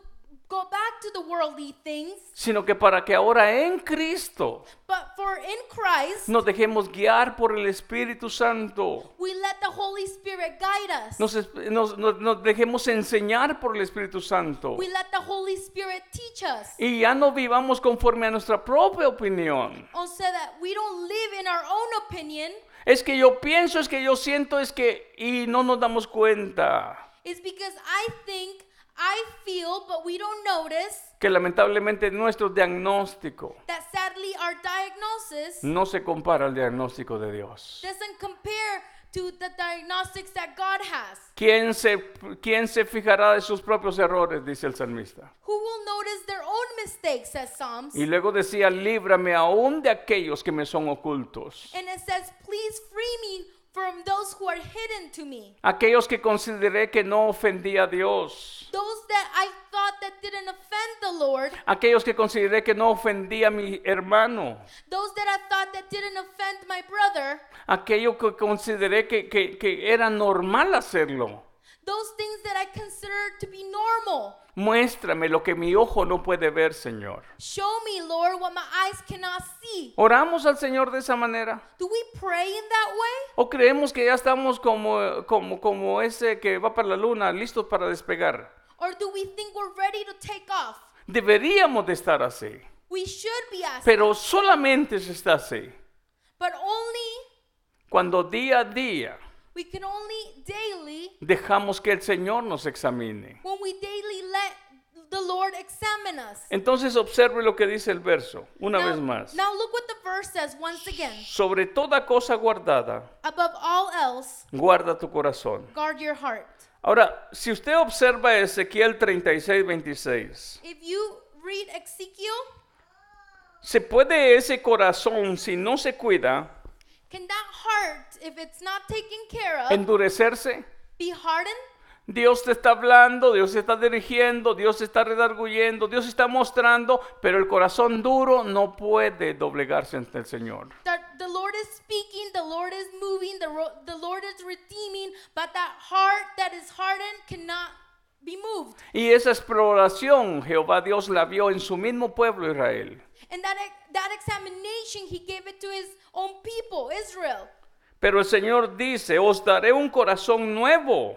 B: go back to the worldly things,
A: sino que para que ahora en Cristo
B: but for in Christ,
A: nos dejemos guiar por el Espíritu Santo.
B: we let the Holy Spirit guide us.
A: Nos, esp- nos- nos- nos dejemos enseñar por el Espíritu Santo.
B: We let the Holy Spirit teach us.
A: Y ya no vivamos conforme a nuestra propia opinión.
B: Also, that we don't live in our own opinion
A: Es que yo pienso, es que yo siento, es que... Y no nos damos cuenta
B: is because I think, I feel, but we don't notice
A: que lamentablemente nuestro diagnóstico
B: that sadly our diagnosis
A: no se compara al diagnóstico de Dios.
B: doesn't compare to the diagnostics that God has.
A: ¿Quién se, quién se fijará de sus propios errores? Dice el salmista.
B: Who will notice their own mistakes, says Psalms.
A: Y luego decía, líbrame aún de aquellos que me son ocultos.
B: And it says, Please free me from those who are hidden to me.
A: Aquellos que consideré que no ofendí a Dios.
B: Those that I thought that didn't offend the Lord.
A: aquellos que consideré que no ofendí a mi hermano,
B: Those that I thought that didn't offend my brother.
A: aquello que consideré que, que- que era normal hacerlo.
B: those things that I consider to be normal.
A: Muéstrame lo que mi ojo no puede ver, Señor.
B: Show me, Lord, what my eyes cannot see.
A: ¿Oramos al Señor de esa manera?
B: Do we pray in that way?
A: ¿O creemos que ya estamos como, como, como ese que va para la luna, listos para despegar?
B: Or do we think we're ready to take off?
A: Deberíamos de estar así,
B: We should be asking,
A: pero solamente se está así
B: but only
A: cuando día a día
B: we can only daily,
A: dejamos que el Señor nos examine.
B: when we daily let the Lord examine us.
A: Entonces observe lo que dice el verso, una
B: now,
A: vez más.
B: now look what the verse says once again.
A: Sobre toda cosa guardada,
B: Above all else,
A: guarda tu corazón.
B: guard your heart.
A: Ahora, si usted observa Ezequiel 36, 26,
B: If you read Ezekiel,
A: se puede ese corazón, si no se cuida,
B: can that heart, if it's not taken care of,
A: endurecerse.
B: be hardened?
A: Dios te está hablando, Dios te está dirigiendo, Dios te está redarguyendo, Dios está mostrando, pero el corazón duro no puede doblegarse ante el Señor.
B: That the Lord is speaking, the Lord is moving, the, ro- the Lord is redeeming, but that heart that is hardened cannot be moved.
A: Y esa exploración Jehová Dios la vio en su mismo pueblo Israel.
B: And that, ex- that examination, he gave it to his own people, Israel.
A: Pero el Señor dice, os daré un corazón nuevo.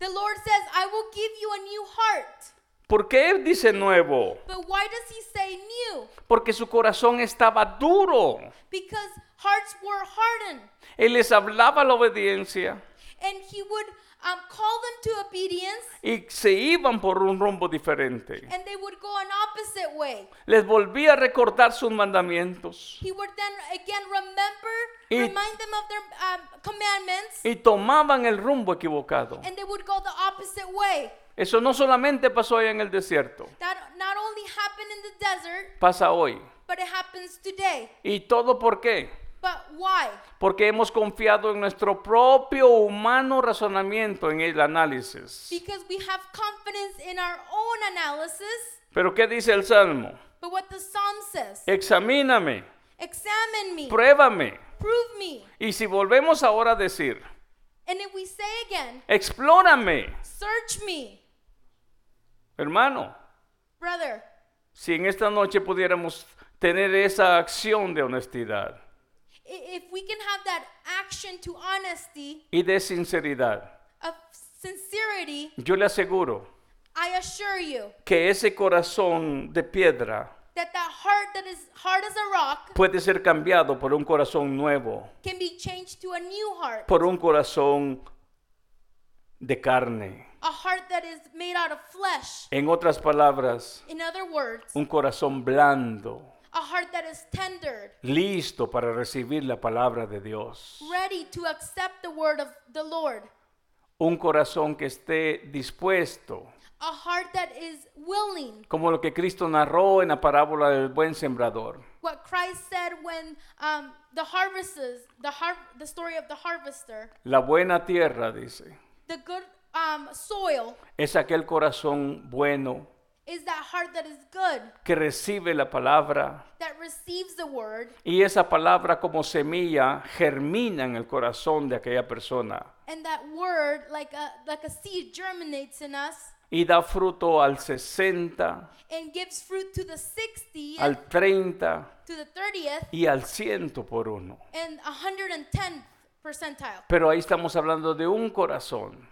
B: The Lord says, I will give you a new heart.
A: ¿Por qué él dice nuevo?
B: But why does he say new?
A: Porque su corazón estaba duro.
B: Because hearts were hardened.
A: Él les hablaba la obediencia
B: And he would um, call them to obedience,
A: y se iban por un rumbo diferente.
B: and they would go an opposite way.
A: Les volvía a recordar sus mandamientos.
B: He would then again remember,
A: Y-
B: remind them of their um, commandments,
A: y tomaban el rumbo equivocado.
B: and they would go the opposite way.
A: Eso no solamente pasó allá en el desierto,
B: That not only happened in the desert,
A: pasa hoy.
B: but it happens today.
A: ¿Y todo por qué?
B: But why?
A: Porque hemos confiado en nuestro propio humano razonamiento, en el análisis.
B: Because we have confidence in our own analysis.
A: Pero ¿qué dice el Salmo?
B: But what the psalm says,
A: Examíname,
B: examine me,
A: pruébame.
B: prove me.
A: Y si volvemos ahora a decir,
B: And if we say again,
A: explórame,
B: search me,
A: hermano,
B: brother,
A: si en esta noche pudiéramos tener esa acción de honestidad
B: i- if we can have that action to honesty,
A: y de sinceridad,
B: of sincerity,
A: yo le aseguro
B: I assure you
A: que ese corazón de piedra
B: that that heart that is hard as a rock
A: puede ser cambiado por un corazón nuevo,
B: can be changed to a new heart,
A: por un corazón de carne.
B: a heart that is made out of flesh.
A: En otras palabras,
B: In other words,
A: un corazón blando,
B: a heart that is tendered,
A: listo para recibir la palabra de Dios.
B: ready to accept the word of the Lord,
A: Un corazón que esté dispuesto,
B: a heart that is willing.
A: como lo que Cristo narró en la parábola del buen sembrador.
B: What Christ said when um, the harvesters, the har- the story of the harvester,
A: La buena tierra, dice,
B: the good um, soil
A: es aquel corazón bueno
B: is that heart that is good,
A: que recibe la palabra,
B: that receives the word,
A: Y esa palabra como semilla germina en el corazón de aquella persona
B: and that word, like a like a seed, germinates in us
A: y da fruto al 60,
B: and gives fruit to the 60
A: al
B: and
A: 30
B: to the 30th
A: y al 100 por uno.
B: and 110th percentile.
A: Pero ahí estamos hablando de un corazón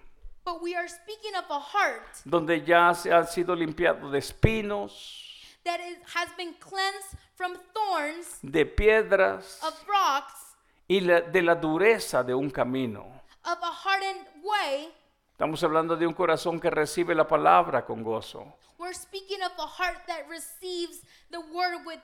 B: But we are speaking of a heart
A: donde ya se ha sido limpiado de espinos,
B: that is, has been cleansed from thorns
A: de piedras
B: of rocks
A: y la- de la dureza de un camino.
B: of a hardened way.
A: Estamos hablando de un corazón que recibe la palabra con gozo.
B: We're speaking of a heart that receives the word with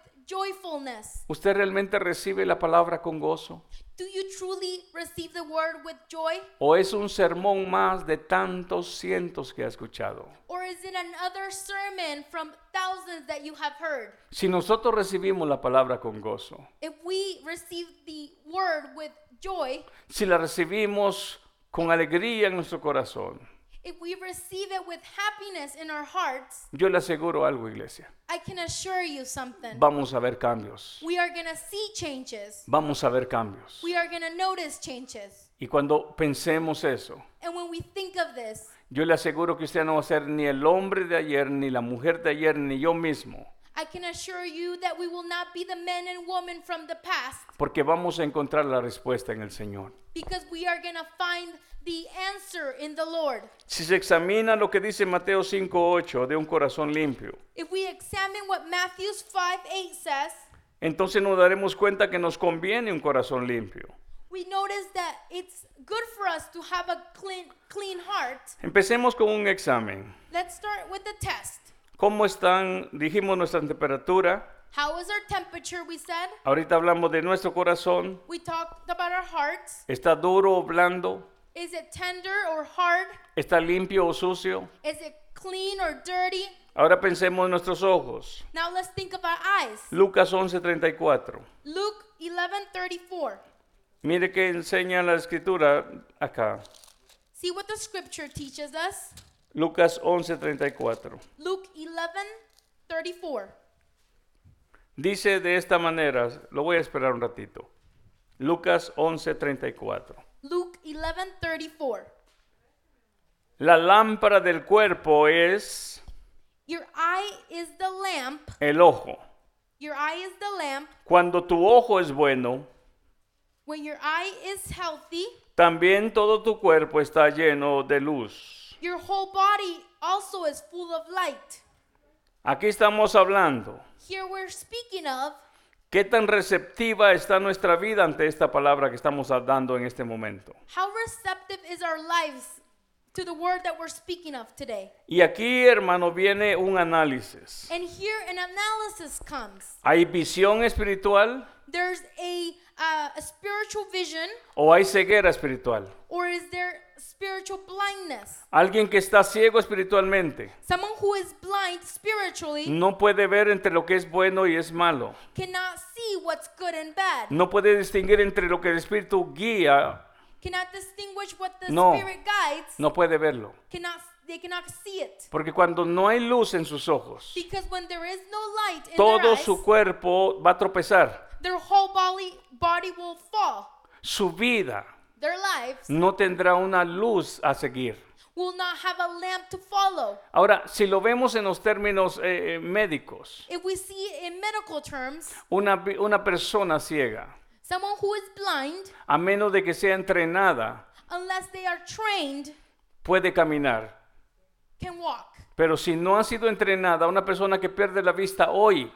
B: joyfulness.
A: ¿Usted realmente recibe la palabra con gozo?
B: Do you truly receive the word with joy?
A: ¿O es un sermón más de tantos cientos que ha escuchado?
B: Or is it another sermon from thousands that you have heard?
A: Si nosotros recibimos la palabra con gozo,
B: If we receive the word with joy,
A: si la recibimos con alegría en nuestro corazón,
B: if we receive it with happiness in our hearts,
A: yo le aseguro algo, iglesia.
B: I can assure you something.
A: Vamos a ver cambios.
B: We are going to see changes.
A: Vamos a ver cambios.
B: We are going to notice changes.
A: Y cuando pensemos eso,
B: And when we think of this,
A: Yo le aseguro que usted no va a ser ni el hombre de ayer, ni la mujer de ayer, ni yo mismo,
B: I can assure you that we will not be the men and women from the past
A: porque vamos a encontrar la respuesta en el Señor.
B: because we are going to find the answer in the Lord.
A: Si se examina lo que dice Mateo 5.8 de un corazón limpio,
B: If we examine what Matthew 5 8 says,
A: entonces nos daremos cuenta que nos conviene un corazón limpio.
B: we notice that it's good for us to have a clean, clean heart.
A: Empecemos con un examen.
B: Let's start with the test.
A: ¿Cómo están? Dijimos nuestra temperatura.
B: How is our temperature? We said.
A: Ahorita hablamos de nuestro corazón.
B: We talked about our hearts.
A: ¿Está duro o blando?
B: Is it tender or hard?
A: ¿Está limpio o sucio?
B: Is it clean or dirty?
A: Ahora pensemos en nuestros ojos.
B: Now let's think of our eyes.
A: Lucas 11:34.
B: Luke 11:34.
A: Mire que enseña la escritura acá.
B: See what the scripture teaches us.
A: Lucas 11:34.
B: Luke 11:34.
A: Dice de esta manera, lo voy a esperar un ratito. Lucas 11:34.
B: Luke 11:34.
A: La lámpara del cuerpo es
B: Your eye is the lamp.
A: el ojo.
B: Your eye is the lamp.
A: Cuando tu ojo es bueno,
B: When your eye is healthy,
A: también todo tu cuerpo está lleno de luz.
B: your whole body also is full of light.
A: Aquí estamos hablando.
B: Here we're speaking of
A: ¿Qué tan receptiva está nuestra vida ante esta palabra que estamos dando en este momento?
B: how receptive is our lives to the word that we're speaking of today.
A: Y aquí, hermano, viene un análisis.
B: And here an analysis comes.
A: ¿Hay visión espiritual
B: There's a, uh, a spiritual vision,
A: o hay ceguera espiritual?
B: or is there spiritual blindness?
A: Alguien que está ciego espiritualmente
B: Someone who is blind spiritually
A: no puede ver entre lo que es bueno y es malo.
B: cannot see what's good and bad,
A: No puede distinguir entre lo que el espíritu guía,
B: cannot distinguish what the
A: No.
B: spirit guides,
A: no puede verlo.
B: cannot they cannot see it.
A: Porque cuando no hay luz en sus ojos,
B: Because when there is no light in their
A: todo
B: eyes,
A: su cuerpo va a tropezar.
B: their whole body body will fall.
A: Su vida
B: Their lives
A: no tendrá una luz a seguir.
B: will not have a lamp to follow.
A: Ahora, si lo vemos en los términos eh, eh, médicos,
B: If we see it in medical terms,
A: una, vi- una persona ciega,
B: someone who is blind,
A: a menos de que sea entrenada,
B: unless they are trained,
A: puede caminar.
B: can walk.
A: Pero si no ha sido entrenada, una persona que pierde la vista hoy,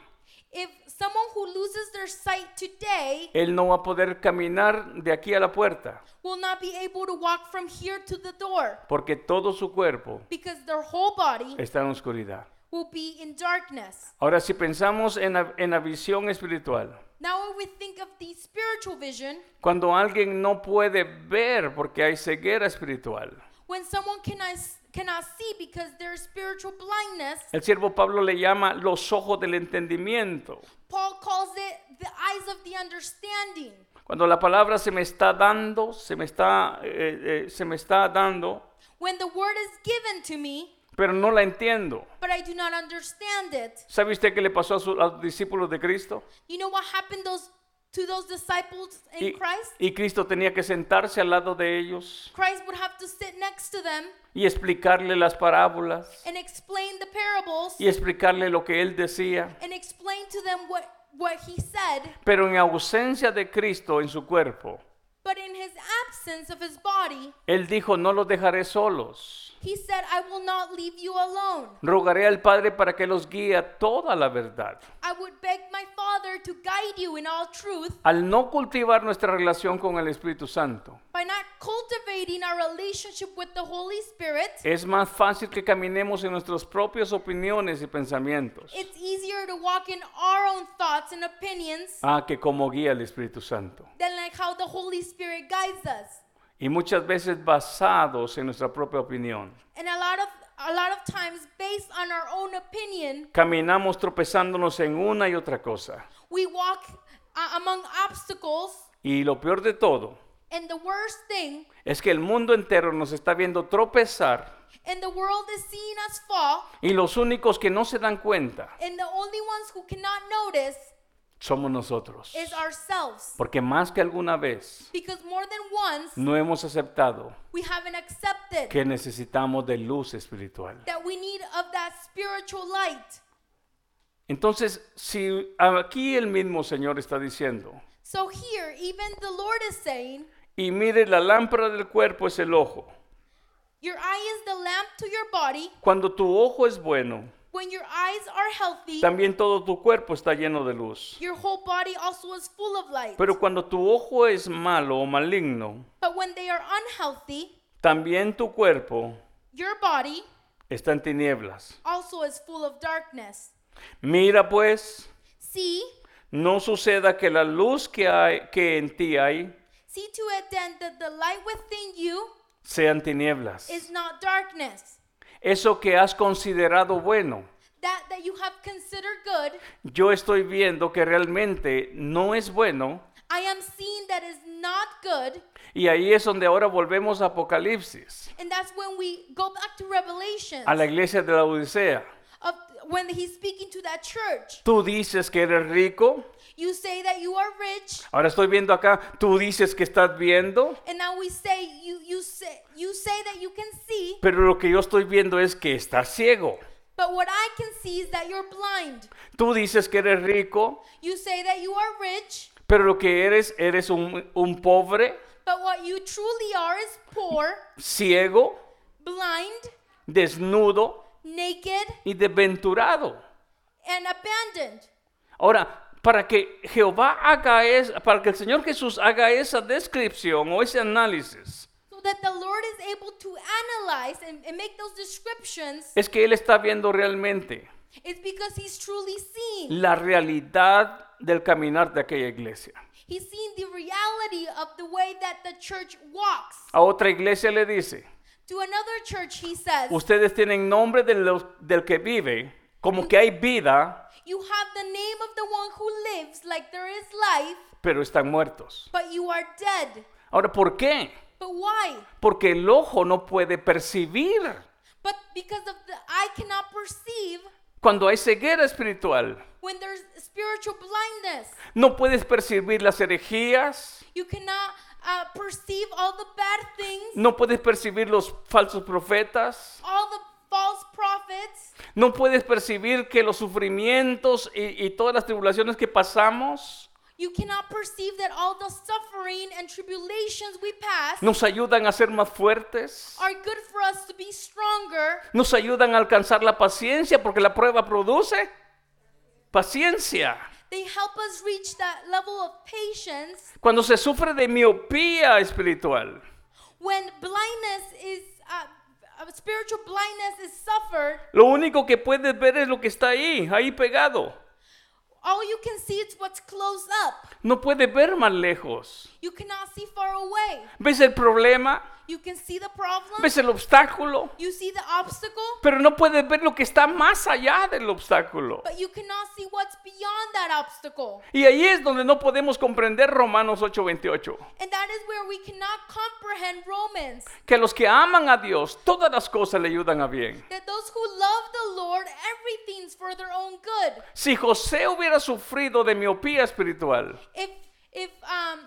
B: If someone who loses their sight today
A: él no va a poder caminar de aquí a la puerta,
B: will not be able to walk from here to the door
A: porque todo su cuerpo
B: because their whole body
A: está en oscuridad.
B: will be in darkness.
A: Ahora, si pensamos en la, en la visión espiritual,
B: Now, when we think of the spiritual vision,
A: cuando alguien no puede ver porque hay ceguera espiritual,
B: when someone cannot, cannot see because there's spiritual blindness,
A: El siervo Pablo le llama los ojos del entendimiento.
B: Paul calls it the eyes of the understanding.
A: Cuando la palabra se me está dando, se me está, eh, eh, se me está dando,
B: When the word is given to me,
A: pero no la entiendo.
B: but I do not understand it.
A: ¿Sabe usted qué le pasó a, su- a los discípulos de Cristo?
B: You know what happened those, to those disciples in
A: Y,
B: Christ?
A: y Cristo tenía que sentarse al lado de ellos
B: Christ would have to sit next to them
A: y explicarle las parábolas
B: and explain the parables
A: y explicarle lo que él decía.
B: and explain to them what, what he said,
A: Pero en ausencia de Cristo en su cuerpo,
B: but in his absence of his body,
A: él dijo, no los dejaré solos.
B: he said, I will not leave you alone.
A: Rogaré al Padre para que los guíe a toda la verdad.
B: I would beg my Father to guide you in all truth
A: Al no cultivar nuestra relación con el Espíritu Santo,
B: by not cultivating our relationship with the Holy Spirit.
A: es más fácil que caminemos en nuestras propias opiniones y pensamientos
B: It's easier to walk in our own thoughts and opinions
A: ah, que como guía el Espíritu Santo.
B: than like how the Holy Spirit guides us.
A: Y muchas veces basados en nuestra propia opinión.
B: And a lot of a lot of times based on our own opinion,
A: Caminamos tropezándonos en una y otra cosa.
B: we walk uh, among obstacles
A: Y lo peor de todo
B: and the worst thing
A: es que el mundo entero nos está viendo tropezar
B: and the world is seeing us fall
A: y los únicos que no se dan cuenta
B: and the only ones who cannot notice
A: somos nosotros.
B: is ourselves.
A: Porque más que alguna vez
B: Because more than once,
A: no hemos aceptado
B: we haven't accepted
A: que necesitamos de luz espiritual.
B: that we need of that spiritual light.
A: Entonces, si aquí el mismo Señor está diciendo,
B: So here, even the Lord is saying,
A: y mire, la lámpara del cuerpo es el ojo.
B: Your eye is the lamp to your body.
A: Cuando tu ojo es bueno,
B: When your eyes are healthy,
A: también todo tu cuerpo está lleno de luz.
B: your whole body also is full of light.
A: Pero cuando tu ojo es malo o maligno,
B: But when they are unhealthy,
A: también tu cuerpo
B: your body
A: está en tinieblas.
B: also is full of darkness.
A: Mira pues,
B: See,
A: no suceda que la luz que hay que en ti hay
B: see to it then that the light within you
A: sean tinieblas.
B: is not darkness.
A: Eso que has considerado bueno,
B: That that you have considered good,
A: yo estoy viendo que realmente no es bueno
B: I am seeing that is not good,
A: y ahí es donde ahora volvemos a Apocalipsis,
B: and that's when we go back to Revelation
A: a la iglesia de la Odisea.
B: of when he's speaking to that church.
A: Tú dices que eres rico,
B: You say that you are rich,
A: ahora estoy viendo acá, tú dices que estás viendo,
B: and now we say you you say you say that you can see,
A: pero lo que yo estoy viendo es que estás ciego.
B: but what I can see is that you're blind.
A: Tú dices que eres rico,
B: You say that you are rich,
A: pero lo que eres, eres un, un pobre,
B: but what you truly are is poor,
A: ciego,
B: blind,
A: desnudo
B: naked,
A: y desventurado.
B: and abandoned.
A: Ahora, para que Jehová haga es, para que el Señor Jesús haga esa descripción o ese análisis,
B: So that the Lord is able to analyze and, and make those descriptions
A: es que Él está viendo realmente
B: is because he's truly seeing.
A: la realidad del caminar de aquella iglesia.
B: He's seeing the reality of the way that the church walks.
A: A otra iglesia le dice,
B: To another church, he says,
A: ustedes tienen nombre de los- del que vive, como que hay vida,
B: You have the name of the one who lives, like there is life,
A: pero están muertos.
B: but you are dead.
A: Ahora, ¿por qué?
B: But why?
A: Porque el ojo no puede percibir
B: But because of the eye cannot perceive
A: cuando hay ceguera espiritual.
B: when there's spiritual blindness.
A: No puedes percibir las herejías,
B: You cannot uh, perceive all the bad things,
A: no puedes percibir los falsos profetas,
B: all the false prophets.
A: no puedes percibir que los sufrimientos y, y todas las tribulaciones que pasamos
B: You cannot perceive that all the suffering and tribulations we pass
A: nos ayudan a ser más fuertes,
B: are good for us to be stronger.
A: nos ayudan a alcanzar la paciencia, porque la prueba produce paciencia.
B: They help us reach that level of patience
A: Cuando se sufre de miopía espiritual,
B: when blindness is uh, uh, spiritual blindness is suffered.
A: lo único que puedes ver es lo que está ahí, ahí pegado.
B: All you can see is what's close up.
A: No puedes ver más lejos.
B: You cannot see far away.
A: ¿Ves el problema?
B: You can see the problem.
A: ¿Ves el obstáculo?
B: You see the obstacle,
A: Pero no puedes ver lo que está más allá del obstáculo.
B: but you cannot see what's beyond that obstacle.
A: Y ahí es donde no podemos comprender Romanos 8:28,
B: And that is where we cannot comprehend Romans.
A: que a los que aman a Dios, todas las cosas le ayudan a bien.
B: that those who love the Lord, everything's for their own good.
A: Si José hubiera sufrido de miopía espiritual,
B: If if um,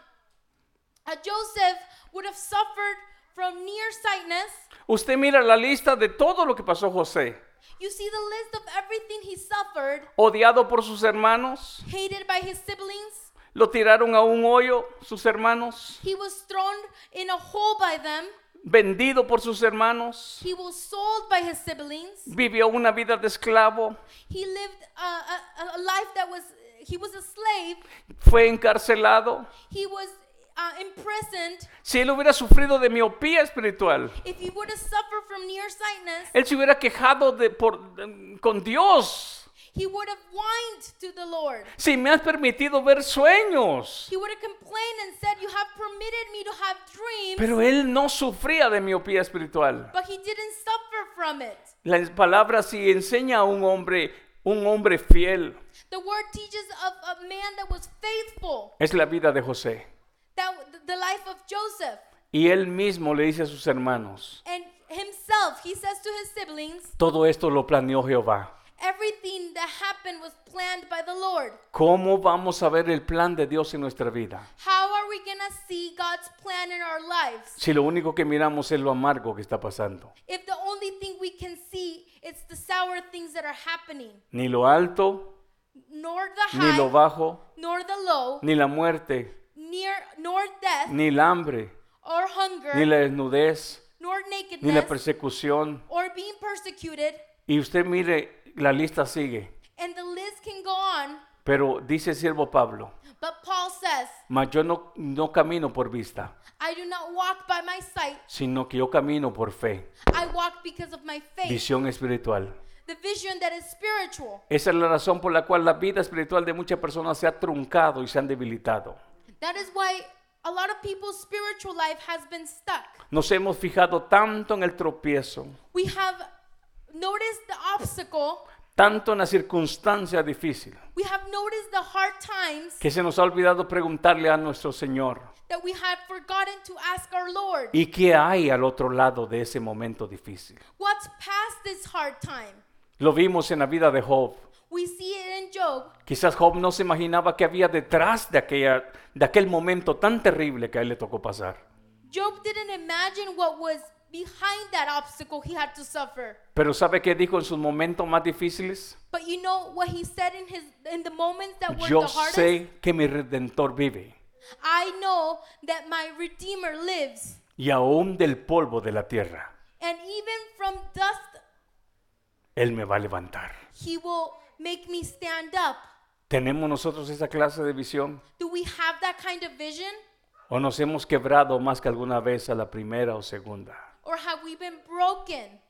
B: uh, Joseph would have suffered from nearsightedness,
A: usted mira la lista de todo lo que pasó José,
B: you see the list of everything he suffered:
A: odiado por sus hermanos,
B: hated by his siblings,
A: lo tiraron a un hoyo sus hermanos,
B: he was thrown in a hole by them,
A: vendido por sus hermanos,
B: he was sold by his siblings,
A: vivió una vida de esclavo,
B: he lived a, a, a life that was he was a slave,
A: fue encarcelado.
B: he was uh, imprisoned.
A: Si él hubiera sufrido de miopía espiritual,
B: If he would have suffered from nearsightedness,
A: Él se hubiera quejado de, por- de- con Dios.
B: he would have whined to the Lord.
A: Si me has permitido ver sueños.
B: He would have complained and said, You have permitted me to have dreams,
A: Pero él no sufría de miopía espiritual.
B: but he didn't suffer from it.
A: La palabra sí enseña a un hombre, un hombre fiel,
B: The word teaches of a man that was faithful,
A: es la vida de José.
B: that w- the life of Joseph.
A: Y él mismo le dice a sus hermanos,
B: And himself, he says to his siblings,
A: todo esto lo planeó Jehová.
B: Everything that happened and was planned by the Lord.
A: ¿Cómo vamos a ver el plan de Dios en nuestra vida?
B: How are we going to see God's plan in our lives
A: Si lo único que miramos es lo amargo que está pasando.
B: if the only thing we can see is the sour things that are happening?
A: Ni lo alto,
B: Nor the
A: ni lo
B: high,
A: bajo,
B: nor the low,
A: ni la muerte,
B: near, nor death,
A: ni el hambre,
B: or
A: ni
B: hunger,
A: la desnudez,
B: nor
A: ni la
B: nakedness,
A: persecución.
B: or being persecuted.
A: Y usted mire, la lista sigue.
B: And the list can go on.
A: Pero dice el siervo Pablo,
B: But Paul says,
A: mas yo no, no camino por vista,
B: I do not walk by my sight.
A: sino que yo camino por fe,
B: I walk because of my faith,
A: visión espiritual.
B: the vision that is spiritual.
A: Esa es la razón por la cual la vida espiritual de muchas personas se ha truncado y se han debilitado.
B: That is why a lot of people's spiritual life has been stuck.
A: Nos hemos fijado tanto en el tropiezo,
B: We have noticed the obstacle,
A: tanto en la circunstancia difícil,
B: we have noticed the hard times
A: que se nos ha olvidado preguntarle a nuestro Señor,
B: that we have forgotten to ask our Lord,
A: ¿y qué hay al otro lado de ese momento difícil?
B: what's past this hard time?
A: Lo vimos en la vida de Job.
B: We see it in Job.
A: Quizás Job no se imaginaba que había detrás de, aquella, de aquel momento tan terrible que a él le tocó pasar.
B: Job didn't imagine what was behind that obstacle he had to suffer.
A: Pero ¿sabe qué dijo en sus momentos más difíciles?
B: But you know what he said in his in the moments that were
A: Yo
B: the hardest?
A: sé que mi redentor vive
B: I know that my Redeemer lives,
A: y aún del polvo de la tierra,
B: and even from dust
A: Él me va a levantar.
B: he will make me stand up.
A: ¿Tenemos nosotros esa clase de visión?
B: Do we have that kind of vision?
A: ¿O nos hemos quebrado más que alguna vez a la primera o segunda?
B: Or have we been broken?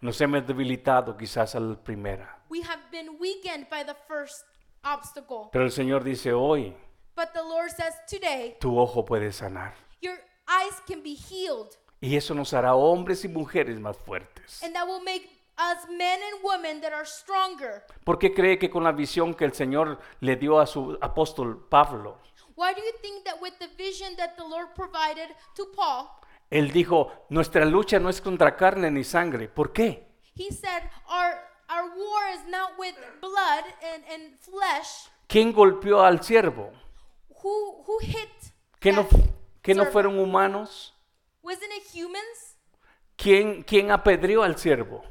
A: Nos hemos debilitado quizás a la primera.
B: We have been weakened by the first obstacle.
A: Pero el Señor dice, hoy
B: But the Lord says, Today,
A: tu ojo puede sanar.
B: your eyes can be healed,
A: Y eso nos hará hombres y mujeres más fuertes.
B: and that will make us men and women that are stronger.
A: ¿Por qué cree que con la visión que el Señor le dio a su apóstol Pablo,
B: Why do you think that with the vision that the Lord provided to Paul,
A: él dijo, nuestra lucha no es contra carne ni sangre? ¿Por qué?
B: he said, Our our war is not with blood and, and flesh.
A: ¿Quién golpeó al siervo?
B: Who who hit?
A: ¿Que no,
B: that
A: que no
B: servant?
A: fueron humanos?
B: Wasn't it humans
A: ¿Quién, ¿Quién apedreó al siervo?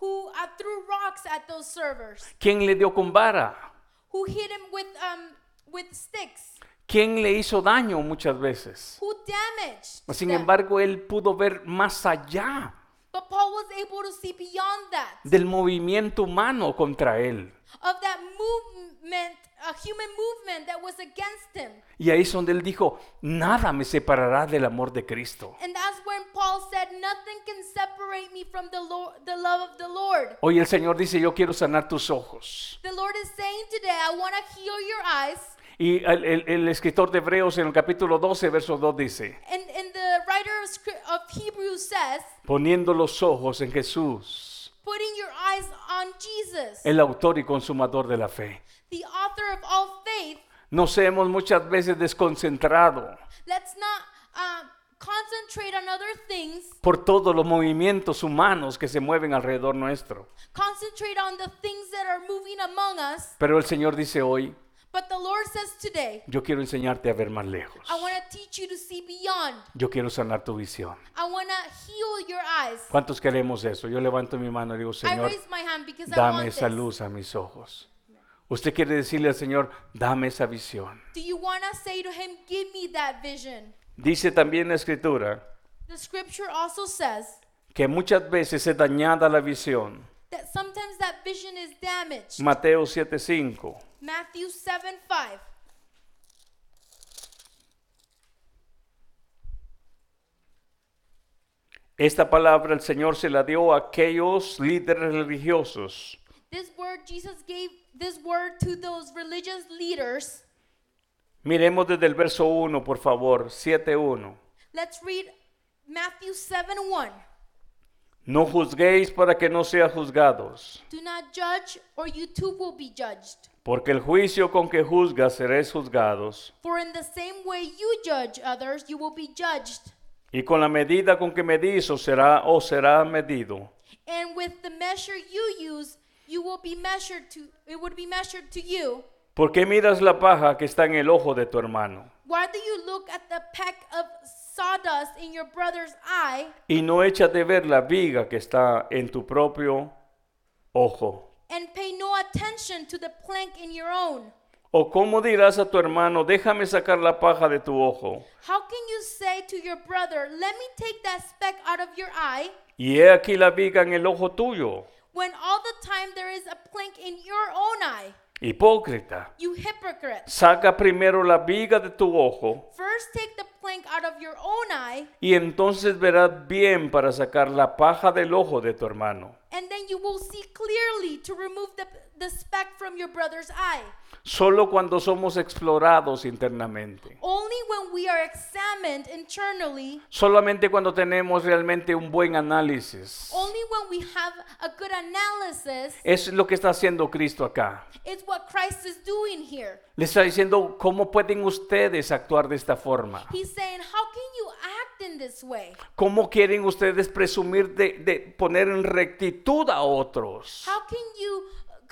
B: who uh, threw rocks at those servers?
A: ¿Quién le dio con vara?
B: Who hit him with um with sticks?
A: ¿Quién le hizo daño muchas veces?
B: Who damaged?
A: Sin
B: them?
A: embargo, él pudo ver más allá
B: but Paul was able to see beyond that
A: del movimiento humano contra él.
B: of that movement, a human movement that was against him.
A: Y ahí es donde él dijo, nada me separará del amor de Cristo.
B: And that's when Paul said, "Nothing can separate me from the Lord, the love of the Lord."
A: Hoy el Señor dice, yo quiero sanar tus ojos.
B: The Lord is saying today, "I want to heal your eyes."
A: Y el, el- el escritor de Hebreos en el capítulo 12, verso 2 dice,
B: And and the writer of, Scr- of Hebrews says,
A: poniendo los ojos en Jesús,
B: "Putting your eyes on Jesus."
A: el autor y consumador de la fe.
B: the author of all faith,
A: Nos hemos muchas veces desconcentrado
B: let's not um, concentrate on other things.
A: por todos los movimientos humanos que se mueven alrededor nuestro.
B: Concentrate on the things that are moving among us.
A: Pero el Señor dice hoy,
B: But the Lord says today,
A: yo quiero enseñarte a ver más lejos.
B: I want to teach you to see beyond.
A: Yo quiero sanar tu visión.
B: I want to heal your eyes.
A: ¿Cuántos queremos eso? Yo levanto mi mano y digo,
B: I
A: Señor,
B: raise my hand because I
A: dame
B: want
A: esa
B: this.
A: luz a mis ojos. Usted quiere decirle al Señor, dame esa visión.
B: Do you want to say to him, give me that vision?
A: Dice también la escritura
B: The scripture also says
A: que muchas veces es dañada la visión.
B: that sometimes that vision is damaged.
A: Mateo 7:5.
B: Matthew 7 5.
A: Esta palabra el Señor se la dio a aquellos líderes religiosos
B: This word, Jesus gave this word to those religious leaders.
A: Miremos desde el verso 1, por favor, 7.1.
B: Let's read Matthew 7 1.
A: No juzguéis para que no seas juzgados,
B: Do not judge, or you too will be judged.
A: porque el juicio con que juzgas seréis juzgados,
B: For in the same way you judge others, you will be judged.
A: y con la medida con que medís os será, os será medido.
B: And with the measure you use, you will be measured to it would be measured to you.
A: ¿Por qué miras la paja que está en el ojo de tu hermano
B: Why do you look at the peck of sawdust in your brother's eye
A: y no echas de ver la viga que está en tu propio ojo?
B: and pay no attention to the plank in your own?
A: ¿O cómo dirás a tu hermano, déjame sacar la paja de tu ojo?
B: How can you say to your brother, Let me take that speck out of your eye,
A: Y he aquí la viga en el ojo tuyo.
B: when all the time there is a plank in your own eye?
A: Hipócrita,
B: You hypocrite.
A: saca primero la viga de tu ojo
B: First take the plank out of your own eye,
A: y entonces verás bien para sacar la paja del ojo de tu hermano.
B: and then you will see clearly to remove the, the speck from your brother's eye.
A: Solo cuando somos explorados internamente.
B: Only when we are examined internally,
A: Solamente cuando tenemos realmente un buen análisis.
B: only when we have a good analysis,
A: Es lo que está haciendo Cristo acá.
B: is what Christ is doing here.
A: Le está diciendo cómo pueden ustedes actuar de esta forma.
B: He's saying, How can you act in this way?
A: ¿Cómo quieren ustedes presumir de, de poner en rectitud a otros?
B: How can you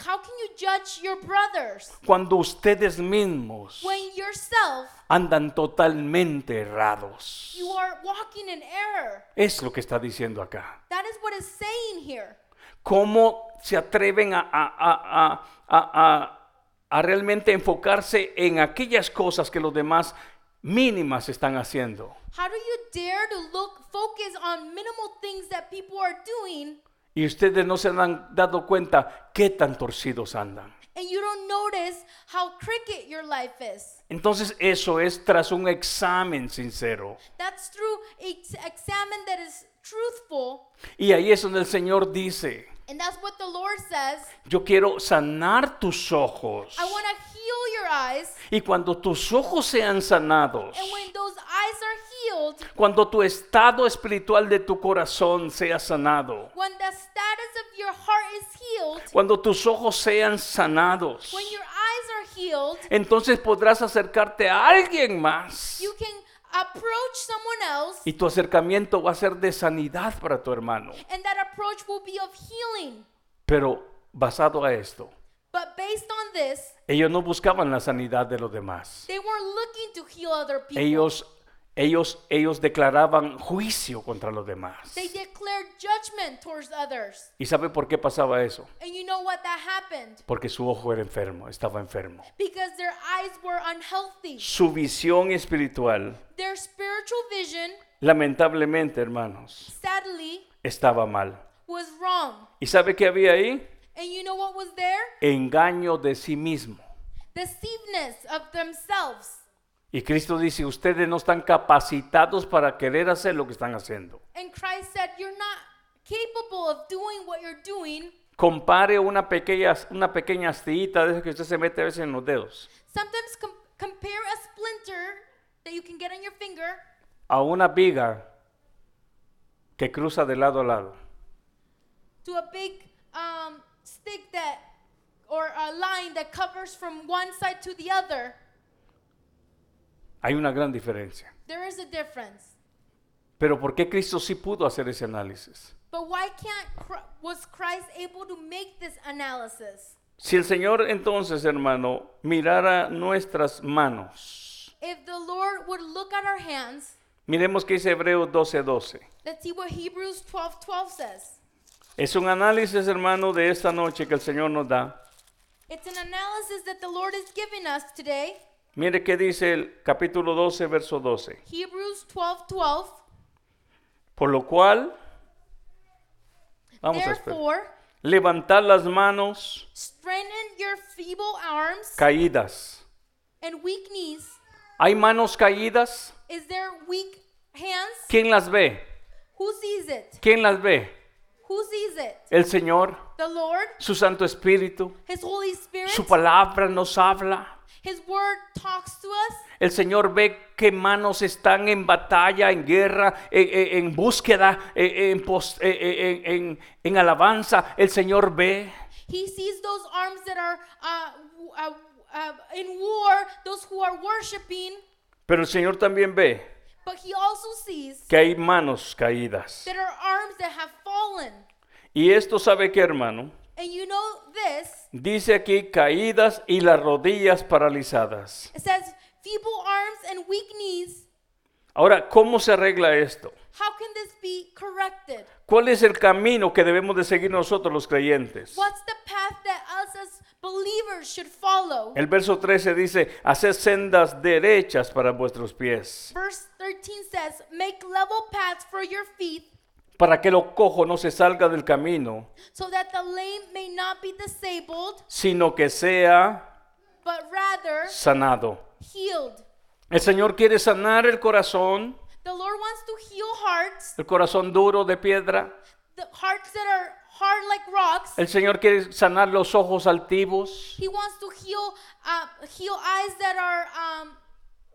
B: how can you judge your brothers
A: Cuando ustedes mismos
B: when yourself
A: andan totalmente errados.
B: you are walking in error?
A: Es lo que está diciendo acá.
B: That is what is saying here.
A: ¿Cómo se atreven a, a- a- a- a- a- a realmente enfocarse en aquellas cosas que los demás mínimas están haciendo?
B: How do you dare to look focus on minimal things that people are doing
A: Y ustedes no se han dado cuenta qué tan torcidos andan.
B: and you don't notice how crooked your life is?
A: Entonces eso es tras un examen sincero.
B: That's through ex- examine that is truthful,
A: Y ahí es donde el Señor dice,
B: and that's what the Lord says.
A: yo quiero sanar tus ojos.
B: I want to heal your eyes,
A: Y cuando tus ojos sean sanados,
B: and when those eyes are healed,
A: cuando tu estado espiritual de tu corazón sea sanado,
B: when the status of your heart is healed,
A: cuando tus ojos sean sanados,
B: When your eyes are healed,
A: entonces podrás acercarte a alguien más.
B: you can approach someone else,
A: Y tu acercamiento va a ser de sanidad para tu hermano.
B: and that approach will be of healing.
A: Pero basado a esto,
B: But based on this,
A: ellos no buscaban la sanidad de los demás.
B: they weren't looking to heal other people.
A: Ellos, ellos, ellos declaraban juicio contra los demás.
B: They declared judgment towards others.
A: ¿Y sabe por qué pasaba eso?
B: And you know what that happened?
A: Porque su ojo era enfermo, estaba enfermo.
B: Because their eyes were unhealthy.
A: Su visión espiritual,
B: Their spiritual vision,
A: lamentablemente, hermanos,
B: sadly,
A: estaba mal.
B: was wrong.
A: ¿Y sabe qué había ahí?
B: And you know what was there?
A: Engaño de sí mismo.
B: Deceiveness of themselves.
A: Y Cristo dice, ustedes no están capacitados para querer hacer lo que están haciendo.
B: And Christ said, You're not capable of doing what you're doing.
A: Compare una pequeña, una pequeña astillita de esas que usted se mete a veces en los dedos
B: Sometimes com- compare a splinter that you can get on your finger
A: a una viga que cruza de lado a lado.
B: to a big um, stick that, or a line that covers from one side to the other.
A: Hay una gran diferencia.
B: There is a difference.
A: Pero ¿por qué Cristo sí pudo hacer ese análisis?
B: But why can't Chr- was Christ able to make this analysis?
A: Si el Señor entonces, hermano, mirara nuestras manos,
B: If the Lord would look at our hands,
A: miremos que dice Hebreos 12:12.
B: let's see what Hebrews 12:12 says.
A: Es un análisis, hermano, de esta noche que el Señor nos da.
B: It's an analysis that the Lord is giving us today.
A: Mire qué dice el capítulo 12, verso 12.
B: Hebrews 12:12.
A: Por lo cual, vamos a esperar.
B: Therefore,
A: Levantad las manos
B: strengthen your feeble arms
A: caídas.
B: and weak knees.
A: ¿Hay manos caídas?
B: Is there weak hands?
A: ¿Quién las ve?
B: Who sees it?
A: ¿Quién las ve?
B: Who sees it?
A: El Señor,
B: The Lord,
A: su Santo Espíritu,
B: His Holy Spirit,
A: su palabra nos habla.
B: His Word talks to us.
A: El Señor ve qué manos están en batalla, en guerra, en, en- en búsqueda, e, en, en pos- en- en- en- en alabanza. El Señor ve.
B: He sees those arms that are uh, w- uh, uh, in war, those who are worshiping,
A: Pero el Señor también ve
B: but He also sees
A: que hay manos caídas.
B: that are arms that have fallen.
A: Y esto sabe que, hermano,
B: And you know this,
A: Dice aquí caídas y las rodillas paralizadas.
B: it says feeble arms and weak knees.
A: Ahora, ¿cómo se arregla esto?
B: How can this be corrected?
A: ¿Cuál es el camino que debemos de seguir nosotros los creyentes?
B: What's the path that us as believers should follow?
A: El verso 13 dice, haced sendas derechas para vuestros pies,
B: Verse 13 says, Make level paths for your feet
A: para que lo cojo no se salga del camino,
B: so that the lame may not be disabled,
A: sino que sea
B: but rather
A: sanado.
B: healed.
A: El Señor quiere sanar el corazón,
B: The Lord wants to heal hearts,
A: el corazón duro de piedra.
B: the hearts that are hard like rocks.
A: El Señor quiere sanar los ojos altivos.
B: He wants to heal uh, heal eyes that are um,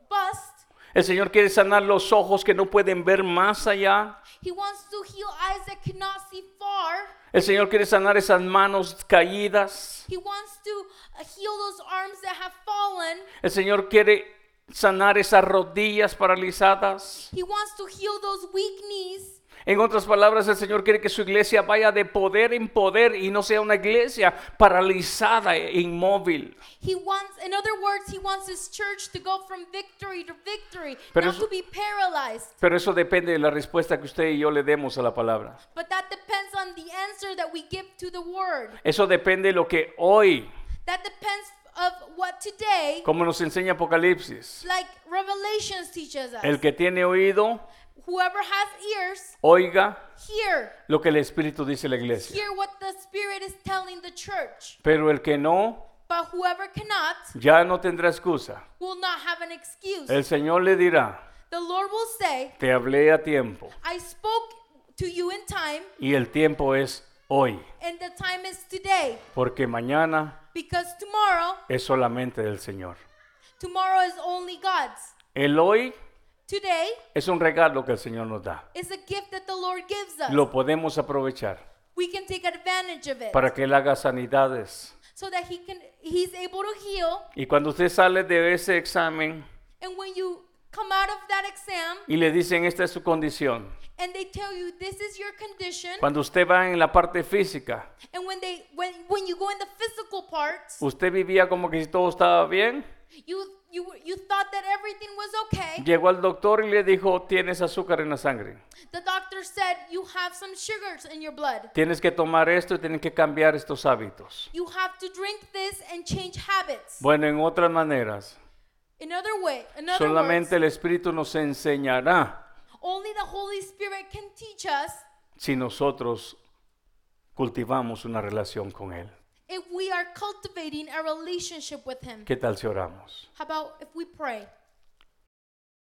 B: bust.
A: El Señor quiere sanar los ojos que no pueden ver más allá.
B: He wants to heal eyes that cannot see far.
A: El Señor quiere sanar esas manos caídas.
B: He wants to uh, heal those arms that have fallen.
A: El Señor quiere sanar esas rodillas paralizadas.
B: He wants to heal those weak knees.
A: En otras palabras, el Señor quiere que su iglesia vaya de poder en poder y no sea una iglesia paralizada e inmóvil.
B: He wants, in other words, he wants his church to go from victory to victory,
A: Pero
B: not
A: eso-
B: to be paralyzed.
A: Pero eso depende de la respuesta que usted y yo le demos a la palabra.
B: But that depends on the answer that we give to the word.
A: Eso depende de lo que hoy,
B: That depends of what today,
A: como nos enseña Apocalipsis,
B: like Revelations teaches us.
A: el que tiene oído,
B: Whoever has ears,
A: oiga
B: hear.
A: lo que el Espíritu dice a la iglesia.
B: Hear what the Spirit is telling the church.
A: Pero el que no,
B: But whoever cannot
A: ya no tendrá excusa.
B: will not have an excuse.
A: El Señor le dirá,
B: The Lord will say,
A: te hablé a tiempo
B: I spoke to you in time,
A: y el tiempo es hoy,
B: and the time is today,
A: porque mañana
B: because tomorrow,
A: es solamente del Señor.
B: tomorrow is only God's.
A: El hoy
B: Today
A: es un regalo que el Señor nos da.
B: is a gift that the Lord gives us.
A: Lo podemos aprovechar
B: We can take advantage of it
A: para que Él haga sanidades.
B: so that he can he's able to heal.
A: Y cuando usted sale de ese examen
B: And when you come out of that exam
A: y le dicen esta es su condición,
B: and they tell you this is your condition,
A: cuando usted va en la parte física,
B: and when they when when you go in the physical part,
A: usted vivía como que si todo estaba bien,
B: you you were- you thought that everything was okay.
A: llegó al doctor y le dijo tienes azúcar en la sangre.
B: The doctor said you have some sugars in your blood.
A: Tienes que tomar esto y tienes que cambiar estos hábitos.
B: You have to drink this and change habits.
A: Bueno, en otras maneras,
B: In other way, in other
A: solamente el
B: words,
A: Espíritu nos enseñará
B: only the Holy Spirit can teach us
A: si nosotros cultivamos una relación con Él.
B: if we are cultivating a relationship with Him.
A: ¿Qué tal si oramos?
B: How about if we pray?